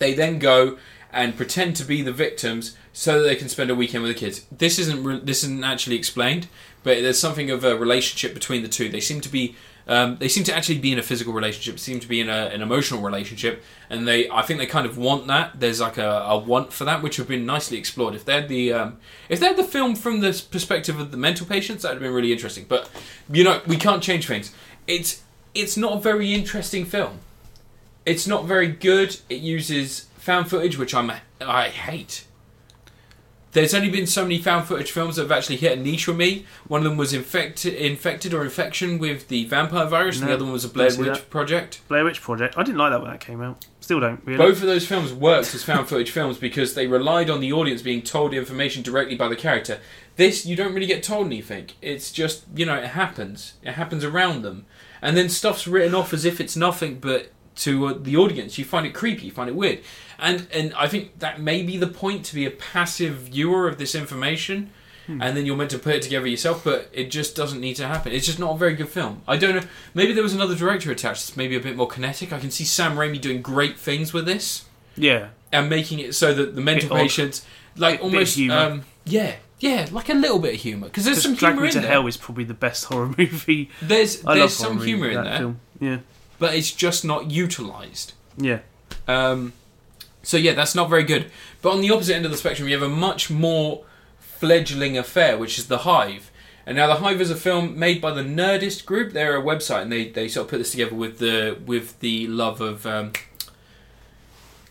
Speaker 1: they then go and pretend to be the victims so that they can spend a weekend with the kids this isn't re- this isn't actually explained but there's something of a relationship between the two they seem to be um, they seem to actually be in a physical relationship seem to be in a, an emotional relationship and they i think they kind of want that there's like a, a want for that which would have been nicely explored if they had the um, if they had the film from the perspective of the mental patients that would have been really interesting but you know we can't change things it's it's not a very interesting film it's not very good. It uses found footage, which I'm I hate. There's only been so many found footage films that have actually hit a niche with me. One of them was infected, infected or infection with the vampire virus, and
Speaker 2: No,
Speaker 1: the other one was a Blair
Speaker 2: didn't see
Speaker 1: Witch
Speaker 2: that.
Speaker 1: Project.
Speaker 2: Blair Witch Project. I didn't like that when that came out. Still don't really.
Speaker 1: Both of those films worked as found footage films because they relied on the audience being told information directly by the character. This, you don't really get told anything. It's just, you know, it happens. It happens around them. And then stuff's written off as if it's nothing, but to uh, the audience, you find it creepy, you find it weird. And, and I think that may be the point to be a passive viewer of this information
Speaker 2: Hmm.
Speaker 1: and then you're meant to put it together yourself, but it just doesn't need to happen. It's just not a very good film. I don't know. Maybe there was another director attached that's maybe a bit more kinetic. I can see Sam Raimi doing great things with this
Speaker 2: Yeah.
Speaker 1: and making it so that the mental
Speaker 2: Bit odd.
Speaker 1: patients, like
Speaker 2: Bit- bit of
Speaker 1: almost,
Speaker 2: humour.
Speaker 1: um, yeah, yeah, like a little bit of humor because there's some
Speaker 2: Just Drag
Speaker 1: humor
Speaker 2: Me
Speaker 1: in
Speaker 2: to
Speaker 1: there.
Speaker 2: Hell is probably the best horror movie.
Speaker 1: There's
Speaker 2: I love
Speaker 1: there's some
Speaker 2: horror
Speaker 1: humor
Speaker 2: movies,
Speaker 1: in
Speaker 2: that
Speaker 1: there,
Speaker 2: Film. Yeah.
Speaker 1: but it's just not utilized.
Speaker 2: Yeah.
Speaker 1: Um, so yeah, that's not very good. But on the opposite end of the spectrum, you have a much more fledgling affair, which is The Hive. And now The Hive is a film made by the Nerdist Group. They're a website, and they, they sort of put this together with the with the love of um,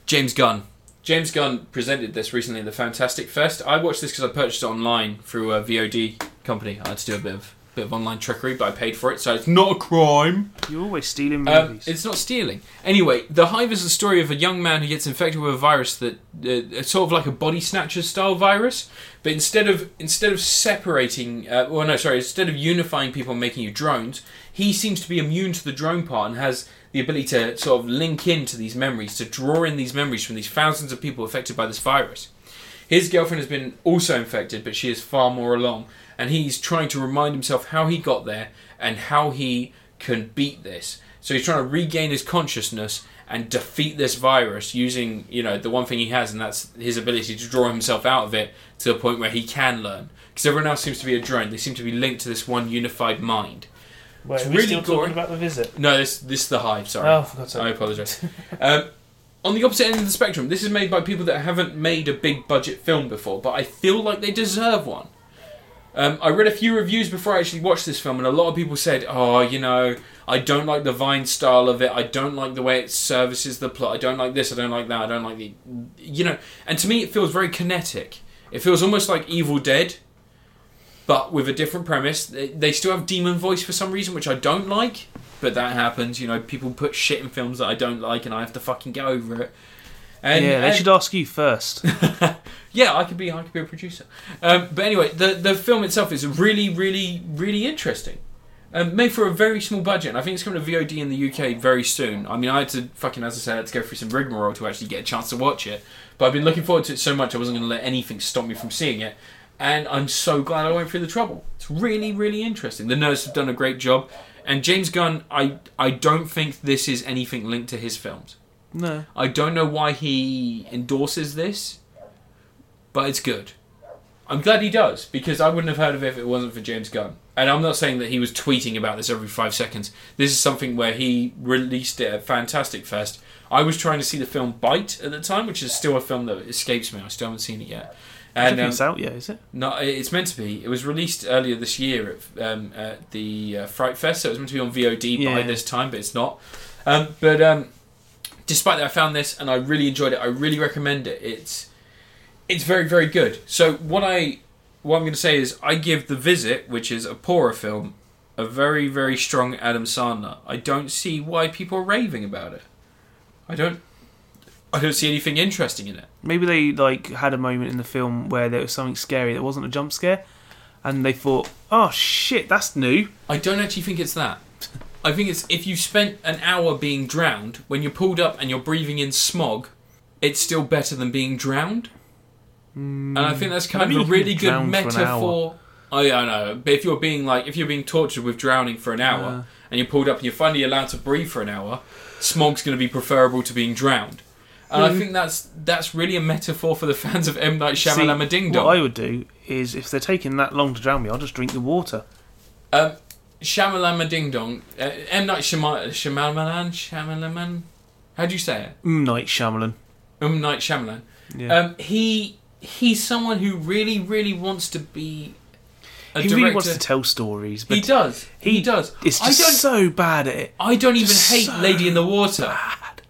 Speaker 1: James Gunn. James Gunn presented this recently at the Fantastic Fest. I watched this because I purchased it online through a VOD company. I had to do a bit of bit of online trickery, but I paid for it, so it's not a crime.
Speaker 2: You're always stealing
Speaker 1: Um,
Speaker 2: movies.
Speaker 1: it's not stealing. Anyway, The Hive is the story of a young man who gets infected with a virus that uh, it's sort of like a body snatcher style virus, but instead of instead of separating, uh, well, no, sorry, instead of unifying people and making you drones, he seems to be immune to the drone part and has the ability to sort of link into these memories, to draw in these memories from these thousands of people affected by this virus. His girlfriend has been also infected, but she is far more along, and he's trying to remind himself how he got there and how he can beat this. So he's trying to regain his consciousness and defeat this virus using, you know, the one thing he has, and that's his ability to draw himself out of it to the point where he can learn. Because everyone else seems to be a drone; they seem to be linked to this one unified mind.
Speaker 3: Wait,
Speaker 1: it's
Speaker 3: are
Speaker 1: really
Speaker 3: we still
Speaker 1: gory.
Speaker 3: talking about the visit?
Speaker 1: No, this this is the hive. Sorry.
Speaker 3: Oh, for God's
Speaker 1: I
Speaker 3: sake.
Speaker 1: apologise. um, on the opposite end of the spectrum, this is made by people that haven't made a big budget film before, but I feel like they deserve one. Um, I read a few reviews before I actually watched this film, and a lot of people said, "Oh, you know, I don't like the Vine style of it. I don't like the way it services the plot. I don't like this. I don't like that. I don't like the, you know." And to me, it feels very kinetic. It feels almost like Evil Dead, but with a different premise. They they still have demon voice for some reason, which I don't like. But that happens, you know. People put shit in films that I don't like, and I have to fucking get over it. And,
Speaker 2: yeah, they
Speaker 1: and-
Speaker 2: should ask you first.
Speaker 1: yeah, I could be I could be a producer. Um, but anyway, the the film itself is really, really, really interesting. Um, made for a very small budget. and I think it's coming to VOD in the UK very soon. I mean, I had to fucking, as I said, I had to go through some rigmarole to actually get a chance to watch it. But I've been looking forward to it so much, I wasn't going to let anything stop me from seeing it. And I'm so glad I went through the trouble. It's really, really interesting. The nerds have done a great job. And James Gunn, I I don't think this is anything linked to his films.
Speaker 2: no.
Speaker 1: I don't know why he endorses this, but it's good. I'm glad he does because I wouldn't have heard of it if it wasn't for James Gunn. And I'm not saying that he was tweeting about this every five seconds. This is something where he released it at Fantastic Fest. I was trying to see the film Bite at the time, which is still a film that escapes me. I still haven't seen it yet.
Speaker 2: I don't
Speaker 1: And
Speaker 2: think
Speaker 1: um,
Speaker 2: it's out yet, is it?
Speaker 1: no, it's meant to be. It was released earlier this year at, um, at the uh, Fright Fest, so it was meant to be on VOD by
Speaker 2: Yeah.
Speaker 1: this time, but it's not. Um, but um, despite that, I found this and I really enjoyed it. I really recommend it. It's it's very very good. So what I what I'm going to say is I give The Visit, which is a poorer film, a very very strong Adam Sandler. I don't see why people are raving about it. I don't I don't see anything interesting in it.
Speaker 2: Maybe they like had a moment in the film where there was something scary that wasn't a jump scare, and they thought, "Oh shit, that's new."
Speaker 1: I don't actually think it's that. I think it's if you spent an hour being drowned, when you're pulled up and you're breathing in smog, it's still better than being drowned. And I think that's kind
Speaker 2: Mm.
Speaker 1: of
Speaker 2: mean, you
Speaker 1: a
Speaker 2: can
Speaker 1: really
Speaker 2: be
Speaker 1: good
Speaker 2: drowned for an
Speaker 1: metaphor. I I know, but if you're being like if you're being tortured with drowning for an hour
Speaker 2: Yeah.
Speaker 1: and you're pulled up and you're finally allowed to breathe for an hour, smog's going to be preferable to being drowned. And I think that's that's really a metaphor for the fans of M Night Shyamalama
Speaker 2: Mm. See,
Speaker 1: Ding
Speaker 2: What
Speaker 1: Dong.
Speaker 2: I would do is, if they're taking that long to drown me, I'll just drink the water.
Speaker 1: Um, Shamalama Ding Dong. Uh, M. Night Shyama- Shyamalan? Shyamalan? How do you say it?
Speaker 2: Mm, Night Shyamalan.
Speaker 1: Um Night Shyamalan.
Speaker 2: Yeah.
Speaker 1: Um, he he's someone who really, really wants to be a
Speaker 2: he
Speaker 1: director.
Speaker 2: really wants to tell stories, but
Speaker 1: he does. He, does.
Speaker 2: It's
Speaker 1: I
Speaker 2: just
Speaker 1: don't.
Speaker 2: so bad at it.
Speaker 1: I don't even
Speaker 2: just
Speaker 1: hate
Speaker 2: so
Speaker 1: Lady in the Water,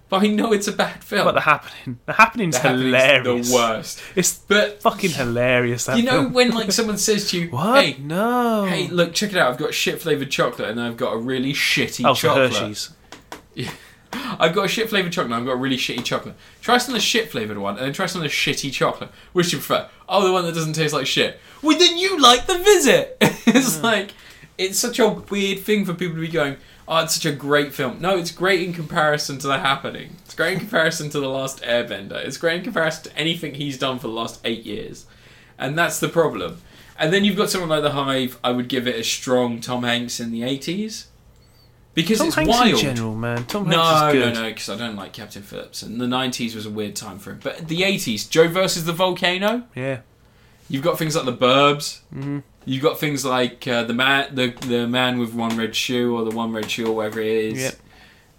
Speaker 1: but I know it's a bad film.
Speaker 2: But the happening, the happening's
Speaker 1: The Happening's
Speaker 2: hilarious.
Speaker 1: The worst.
Speaker 2: It's
Speaker 1: But
Speaker 2: fucking hilarious. That
Speaker 1: you know
Speaker 2: film.
Speaker 1: when like someone says to you,
Speaker 2: what?
Speaker 1: "Hey,
Speaker 2: no.
Speaker 1: hey, look, check it out. I've got shit flavored chocolate, and I've got a really shitty
Speaker 2: oh, for
Speaker 1: chocolate."
Speaker 2: Hershey's.
Speaker 1: I've got a shit flavored chocolate. I've got a really shitty chocolate. Try some of the shit flavored one, and then try some of the shitty chocolate. Which do you prefer? Oh, the one that doesn't taste like shit. Well, then you like the visit. it's like it's such a weird thing for people to be going. Oh, it's such a great film. No, it's great in comparison to The Happening. It's great in comparison to The Last Airbender. It's great in comparison to anything he's done for the last eight years, and that's the problem. And then you've got someone like The Hive. I would give it a strong Tom Hanks in the 80s. Because
Speaker 2: Tom
Speaker 1: it's
Speaker 2: Hanks
Speaker 1: wild.
Speaker 2: in general, man. Tom Hanks
Speaker 1: No,
Speaker 2: is
Speaker 1: no,
Speaker 2: good.
Speaker 1: no, because I don't like Captain Phillips. And the 90s was a weird time for him. But the 80s, Joe versus the Volcano.
Speaker 2: Yeah,
Speaker 1: You've got things like The Burbs.
Speaker 2: Mm-hmm.
Speaker 1: You've got things like uh, the man, the the man with one red shoe, or the one red shoe, or whatever it is.
Speaker 2: Yep.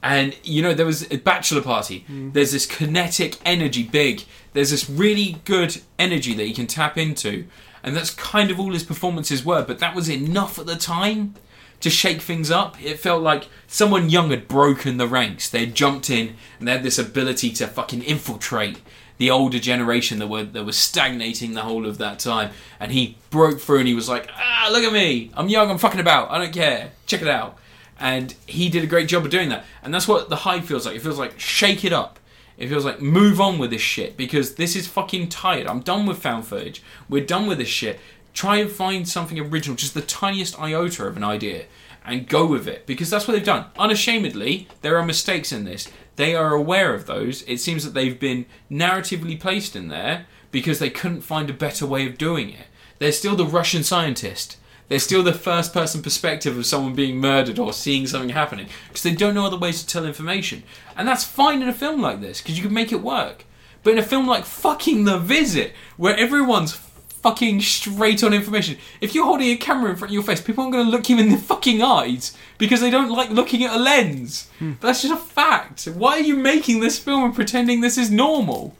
Speaker 1: And you know there was a bachelor party. There's this kinetic energy, big. There's this really good energy that you can tap into, and that's kind of all his performances were. But that was enough at the time to shake things up. It felt like someone young had broken the ranks. They had jumped in and they had this ability to fucking infiltrate the older generation that were that was stagnating the whole of that time. And he broke through and he was like, Ah, look at me. I'm young, I'm fucking about, I don't care. Check it out. And he did a great job of doing that. And that's what the hype feels like. It feels like shake it up. It feels like move on with this shit because this is fucking tired. I'm done with found footage. We're done with this shit. Try and find something original, just the tiniest iota of an idea, and go with it because that's what they've done. Unashamedly, there are mistakes in this. They are aware of those. It seems that they've been narratively placed in there because they couldn't find a better way of doing it. They're still the Russian scientist. They're still the first person perspective of someone being murdered or seeing something happening because they don't know other ways to tell information. And that's fine in a film like this because you can make it work. But in a film like fucking The Visit, where everyone's fucking straight on information, if you're holding a camera in front of your face, people aren't going to look you in the fucking eyes because they don't like looking at a lens. That's just a fact. Why are you making this film and pretending this is normal?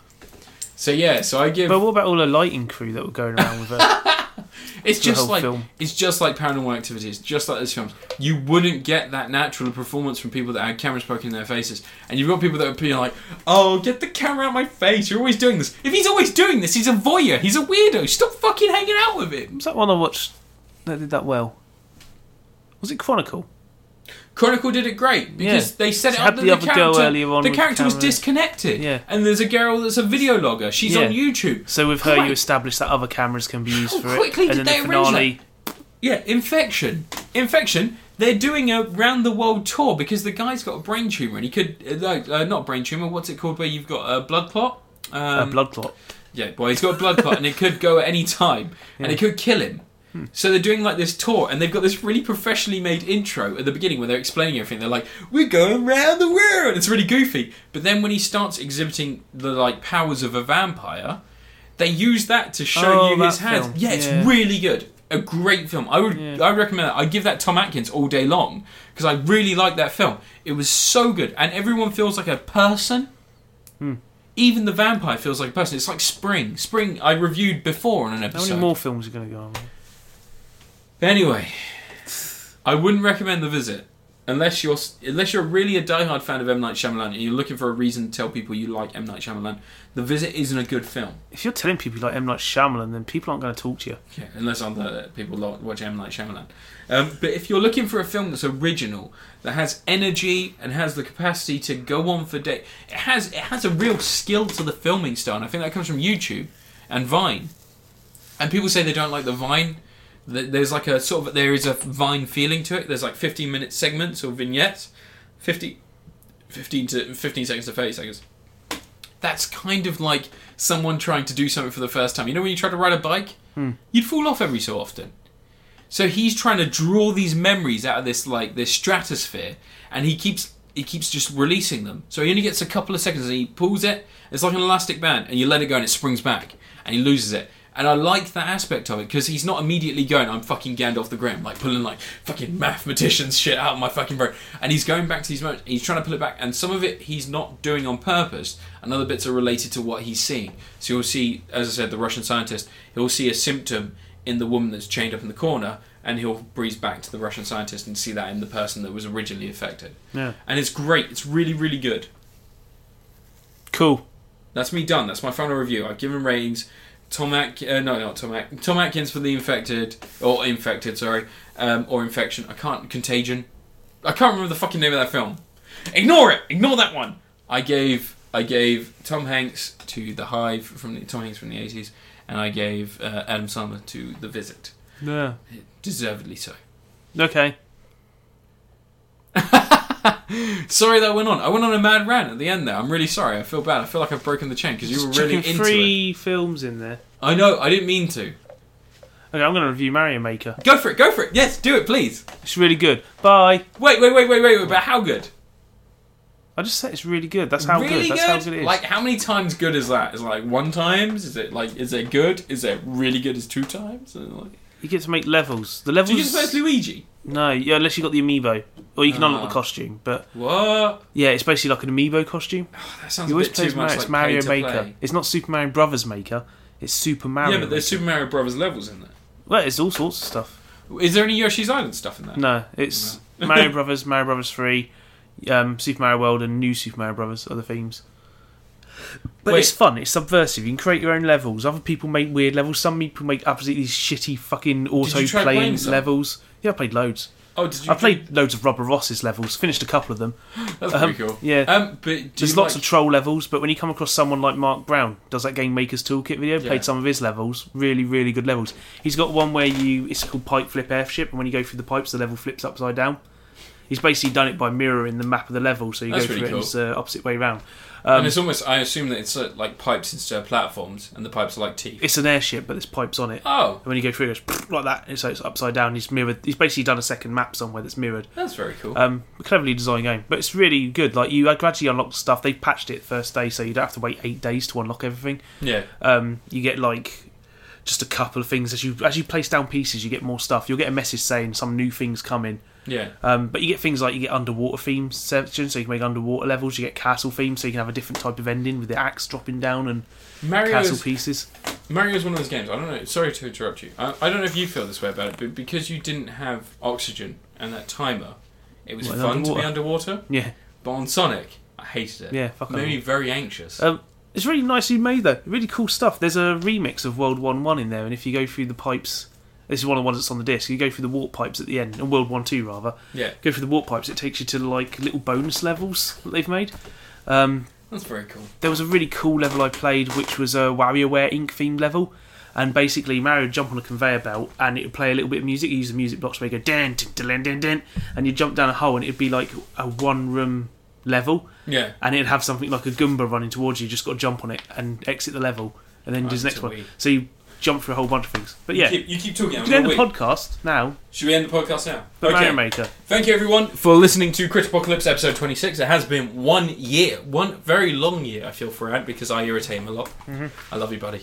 Speaker 1: So yeah, so I give
Speaker 2: but what about all the lighting crew that were going around with her?
Speaker 1: it's
Speaker 2: the
Speaker 1: just
Speaker 2: whole
Speaker 1: like
Speaker 2: film.
Speaker 1: it's just like paranormal activity. It's just like those films. You wouldn't get that natural performance from people that had cameras poking their faces, and you've got people that are being like, "Oh, get the camera out of my face! You're always doing this. If he's always doing this, he's a voyeur. He's a weirdo. Stop fucking hanging out with him."
Speaker 2: was that one I watched that did that well? Was it Chronicle?
Speaker 1: Chronicle did it great because
Speaker 2: Yeah.
Speaker 1: they set it
Speaker 2: Had
Speaker 1: up that
Speaker 2: the
Speaker 1: the,
Speaker 2: other girl
Speaker 1: character,
Speaker 2: earlier on
Speaker 1: the
Speaker 2: with
Speaker 1: character was
Speaker 2: camera.
Speaker 1: disconnected.
Speaker 2: Yeah.
Speaker 1: and there's a girl that's a video logger. She's
Speaker 2: Yeah.
Speaker 1: on YouTube.
Speaker 2: So with her,
Speaker 1: Great.
Speaker 2: you establish that other cameras can be used
Speaker 1: How
Speaker 2: for
Speaker 1: quickly
Speaker 2: it,
Speaker 1: did
Speaker 2: and
Speaker 1: they
Speaker 2: then the
Speaker 1: arrange
Speaker 2: finale.
Speaker 1: Yeah, infection. Infection. They're doing a round the world tour because the guy's got a brain tumor and he could uh, like, uh, not brain tumor. What's it called? Where you've got a blood clot. Um,
Speaker 2: A blood clot.
Speaker 1: yeah, boy, he's got a blood clot and it could go at any time and it could kill him.
Speaker 2: Hmm.
Speaker 1: So they're doing like this tour and they've got this really professionally made intro at the beginning where they're explaining everything. They're like, "We're going round the world." It's really goofy, but then when he starts exhibiting the like powers of a vampire, they use that to show
Speaker 2: Oh,
Speaker 1: you his
Speaker 2: that
Speaker 1: hands.
Speaker 2: film.
Speaker 1: Yeah, it's
Speaker 2: Yeah.
Speaker 1: really good. A great film. I would I would recommend that. I'd give that Tom Atkins all day long because I really like that film. It was so good and everyone feels like a person even the vampire feels like a person. It's like spring. Spring I reviewed before on an
Speaker 2: How
Speaker 1: episode.
Speaker 2: many more films are going to go on?
Speaker 1: But anyway, I wouldn't recommend the visit unless you're unless you're really a diehard fan of M Night Shyamalan and you're looking for a reason to tell people you like M Night Shyamalan. The visit isn't a good film.
Speaker 2: If you're telling people you like M Night Shyamalan, then people aren't going to talk to you.
Speaker 1: Yeah, unless other people lo- watch M Night Shyamalan. Um, but if you're looking for a film that's original, that has energy and has the capacity to go on for days, it has it has a real skill to the filming style. And I think that comes from YouTube and Vine. And people say they don't like the Vine. Th- There's like a sort of there is a Vine feeling to it. There's like 15 minute segments or vignettes, 50, 15 to 15 seconds to 30 seconds. That's kind of like someone trying to do something for the first time. You know when you try to ride a bike you'd fall off every so often. So he's trying to draw these memories out of this like this stratosphere, and he keeps he keeps just releasing them. So he only gets a couple of seconds, and he pulls it. It's like an elastic band, and you let it go, and it springs back, and he loses it. And I like that aspect of it because he's not immediately going, "I'm fucking Gandalf the Grim," like pulling like fucking mathematicians shit out of my fucking brain. And he's going back to these moments. and He's trying to pull it back, and some of it he's not doing on purpose. And other bits are related to what he's seeing. So you'll see, as I said, the Russian scientist. He'll see a symptom in the woman that's chained up in the corner, and he'll breeze back to the Russian scientist and see that in the person that was originally affected.
Speaker 2: Yeah.
Speaker 1: And it's great. It's really, really good.
Speaker 2: Cool.
Speaker 1: That's me done. That's my final review. I've given ratings. Tom Atk- uh, no, not Tom Atk- Tom Atkins for the infected or infected, sorry, um, or infection. I can't contagion. I can't remember the fucking name of that film. Ignore it. Ignore that one. I gave I gave Tom Hanks to The Hive from the, Tom Hanks from the eighties, and I gave uh, Adam Sandler to The Visit.
Speaker 2: Yeah.
Speaker 1: Deservedly so.
Speaker 2: Okay.
Speaker 1: Sorry that I went on. I went on a mad rant at the end there. I'm really sorry. I feel bad. I feel like I've broken the chain because you were
Speaker 2: Just
Speaker 1: really
Speaker 2: chucking
Speaker 1: into it.
Speaker 2: three films in there.
Speaker 1: I know. I didn't mean to.
Speaker 2: Okay, I'm going to review Mario Maker.
Speaker 1: Go for it, go for it. Yes, do it, please.
Speaker 2: It's really good. Bye.
Speaker 1: Wait, wait, wait, wait, wait, wait, but how good?
Speaker 2: I just said it's really good. That's how
Speaker 1: really
Speaker 2: good. That's how good it is.
Speaker 1: Like, how many times good is that? Is it like one times? Is it like, is it good? Is it really good as two times? Is it like,
Speaker 2: you get to make levels. The
Speaker 1: do
Speaker 2: levels.
Speaker 1: you just play as Luigi?
Speaker 2: no, yeah, unless you got the amiibo, or you can unlock
Speaker 1: Ah.
Speaker 2: the costume. But
Speaker 1: What?
Speaker 2: yeah, it's basically like an amiibo costume.
Speaker 1: That sounds
Speaker 2: You
Speaker 1: a
Speaker 2: always
Speaker 1: bit
Speaker 2: play
Speaker 1: too
Speaker 2: as
Speaker 1: much
Speaker 2: Mario,
Speaker 1: like
Speaker 2: it's Mario
Speaker 1: pay to
Speaker 2: Maker.
Speaker 1: play.
Speaker 2: It's not Super Mario Brothers Maker. It's Super Mario.
Speaker 1: Yeah, but there's Super Mario Brothers levels in there.
Speaker 2: Maker. well, it's all sorts of stuff.
Speaker 1: Is there any Yoshi's Island stuff in there?
Speaker 2: No, it's Mario Brothers, Mario Brothers Three, um, Super Mario World, and New Super Mario Brothers are the themes. But
Speaker 1: Wait.
Speaker 2: it's fun. It's subversive. You can create your own levels. Other people make weird levels. Some people make absolutely shitty fucking auto
Speaker 1: try playing
Speaker 2: playing
Speaker 1: some?
Speaker 2: levels. Yeah, I played loads.
Speaker 1: Oh, did you?
Speaker 2: I played loads of Robert Ross's levels. Finished a couple of them.
Speaker 1: That's
Speaker 2: um,
Speaker 1: pretty cool.
Speaker 2: yeah.
Speaker 1: Um, but do
Speaker 2: There's
Speaker 1: you
Speaker 2: lots
Speaker 1: like-
Speaker 2: of troll levels, but when you come across someone like Mark Brown, does that Game Maker's Toolkit video,
Speaker 1: Yeah.
Speaker 2: played some of his levels, really, really good levels. He's got one where you, it's called Pipe Flip Airship, and when you go through the pipes, the level flips upside down. He's basically done it by mirroring the map of the level, so you
Speaker 1: That's
Speaker 2: go
Speaker 1: really
Speaker 2: through
Speaker 1: cool.
Speaker 2: it and it's the opposite way round. Um,
Speaker 1: and it's almost. I assume that it's uh, like pipes instead of platforms, and the pipes are like teeth.
Speaker 2: It's an airship, but there's pipes on it.
Speaker 1: Oh,
Speaker 2: And when you go through it, it's like that, and so it's upside down. He's mirrored. He's basically done a second map somewhere that's mirrored.
Speaker 1: that's very cool.
Speaker 2: Um, a cleverly designed game, but it's really good. Like you gradually unlock stuff. They patched it first day, so you don't have to wait eight days to unlock everything.
Speaker 1: yeah.
Speaker 2: um, you get like just a couple of things as you as you place down pieces you get more stuff you'll get a message saying some new things coming
Speaker 1: Yeah.
Speaker 2: um, but you get things like you get underwater themes sections so you can make underwater levels you get castle themes so you can have a different type of ending with the axe dropping down and
Speaker 1: Mario
Speaker 2: castle
Speaker 1: is,
Speaker 2: pieces
Speaker 1: Mario is one of those games. I don't know. Sorry to interrupt you. I, I don't know if you feel this way about it, but because you didn't have oxygen and that timer, it was
Speaker 2: Well,
Speaker 1: fun to be
Speaker 2: underwater.
Speaker 1: underwater.
Speaker 2: yeah
Speaker 1: But on Sonic, I hated it.
Speaker 2: Yeah, fuck
Speaker 1: It made me very anxious.
Speaker 2: um, it's really nicely made though really cool stuff there's a remix of world 1 1 in there and if you go through the pipes this is one of the ones that's on the disc you go through the warp pipes at the end and world 1 2 rather
Speaker 1: yeah,
Speaker 2: go through the warp pipes it takes you to like little bonus levels that they've made um,
Speaker 1: that's very cool.
Speaker 2: there was a really cool level I played, which was a WarioWare Inc. themed level. And basically, Mario would jump on a conveyor belt and it would play a little bit of music. You use the music blocks where you go, dan, dan, dan, dan, dan, and you jump down a hole and it'd be like a one room level.
Speaker 1: Yeah.
Speaker 2: And it'd have something like a Goomba running towards you. You just got to jump on it and exit the level and then
Speaker 1: Right,
Speaker 2: do the next
Speaker 1: Oh, so
Speaker 2: one.
Speaker 1: we-
Speaker 2: So you jump through a whole bunch of things. But yeah,
Speaker 1: You
Speaker 2: you
Speaker 1: keep, you keep talking. I'm
Speaker 2: can end
Speaker 1: gonna
Speaker 2: the
Speaker 1: wait.
Speaker 2: podcast now.
Speaker 1: Should we end the podcast now?
Speaker 2: But Mario Maker.
Speaker 1: Thank you, everyone, for listening to Crit Apocalypse episode 26. It has been one year, one very long year, I feel, for Ant, because I irritate him a lot. I love you, buddy.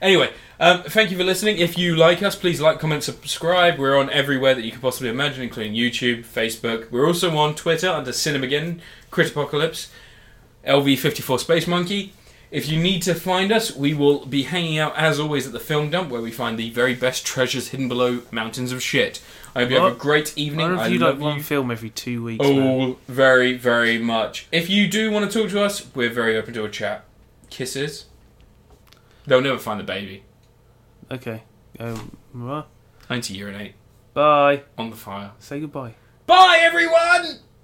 Speaker 1: Anyway, um, thank you for listening. If you like us, please like, comment, subscribe. We're on everywhere that you could possibly imagine, including YouTube, Facebook. We're also on Twitter under Cinemageddon, Crit Apocalypse, LV54 Space Monkey. If you need to find us, we will be hanging out as always at the film dump where we find the very best treasures hidden below mountains of shit. I hope you have a
Speaker 2: Well,
Speaker 1: great evening.
Speaker 2: I
Speaker 1: I
Speaker 2: review
Speaker 1: love
Speaker 2: like one
Speaker 1: you
Speaker 2: film every two weeks. man.
Speaker 1: all very, very much. If you do want to talk to us, we're very open to a chat. Kisses. They'll never find the baby.
Speaker 2: Okay. Um, right.
Speaker 1: I need to urinate
Speaker 2: bye.
Speaker 1: on the fire.
Speaker 2: Say goodbye.
Speaker 1: Bye, everyone!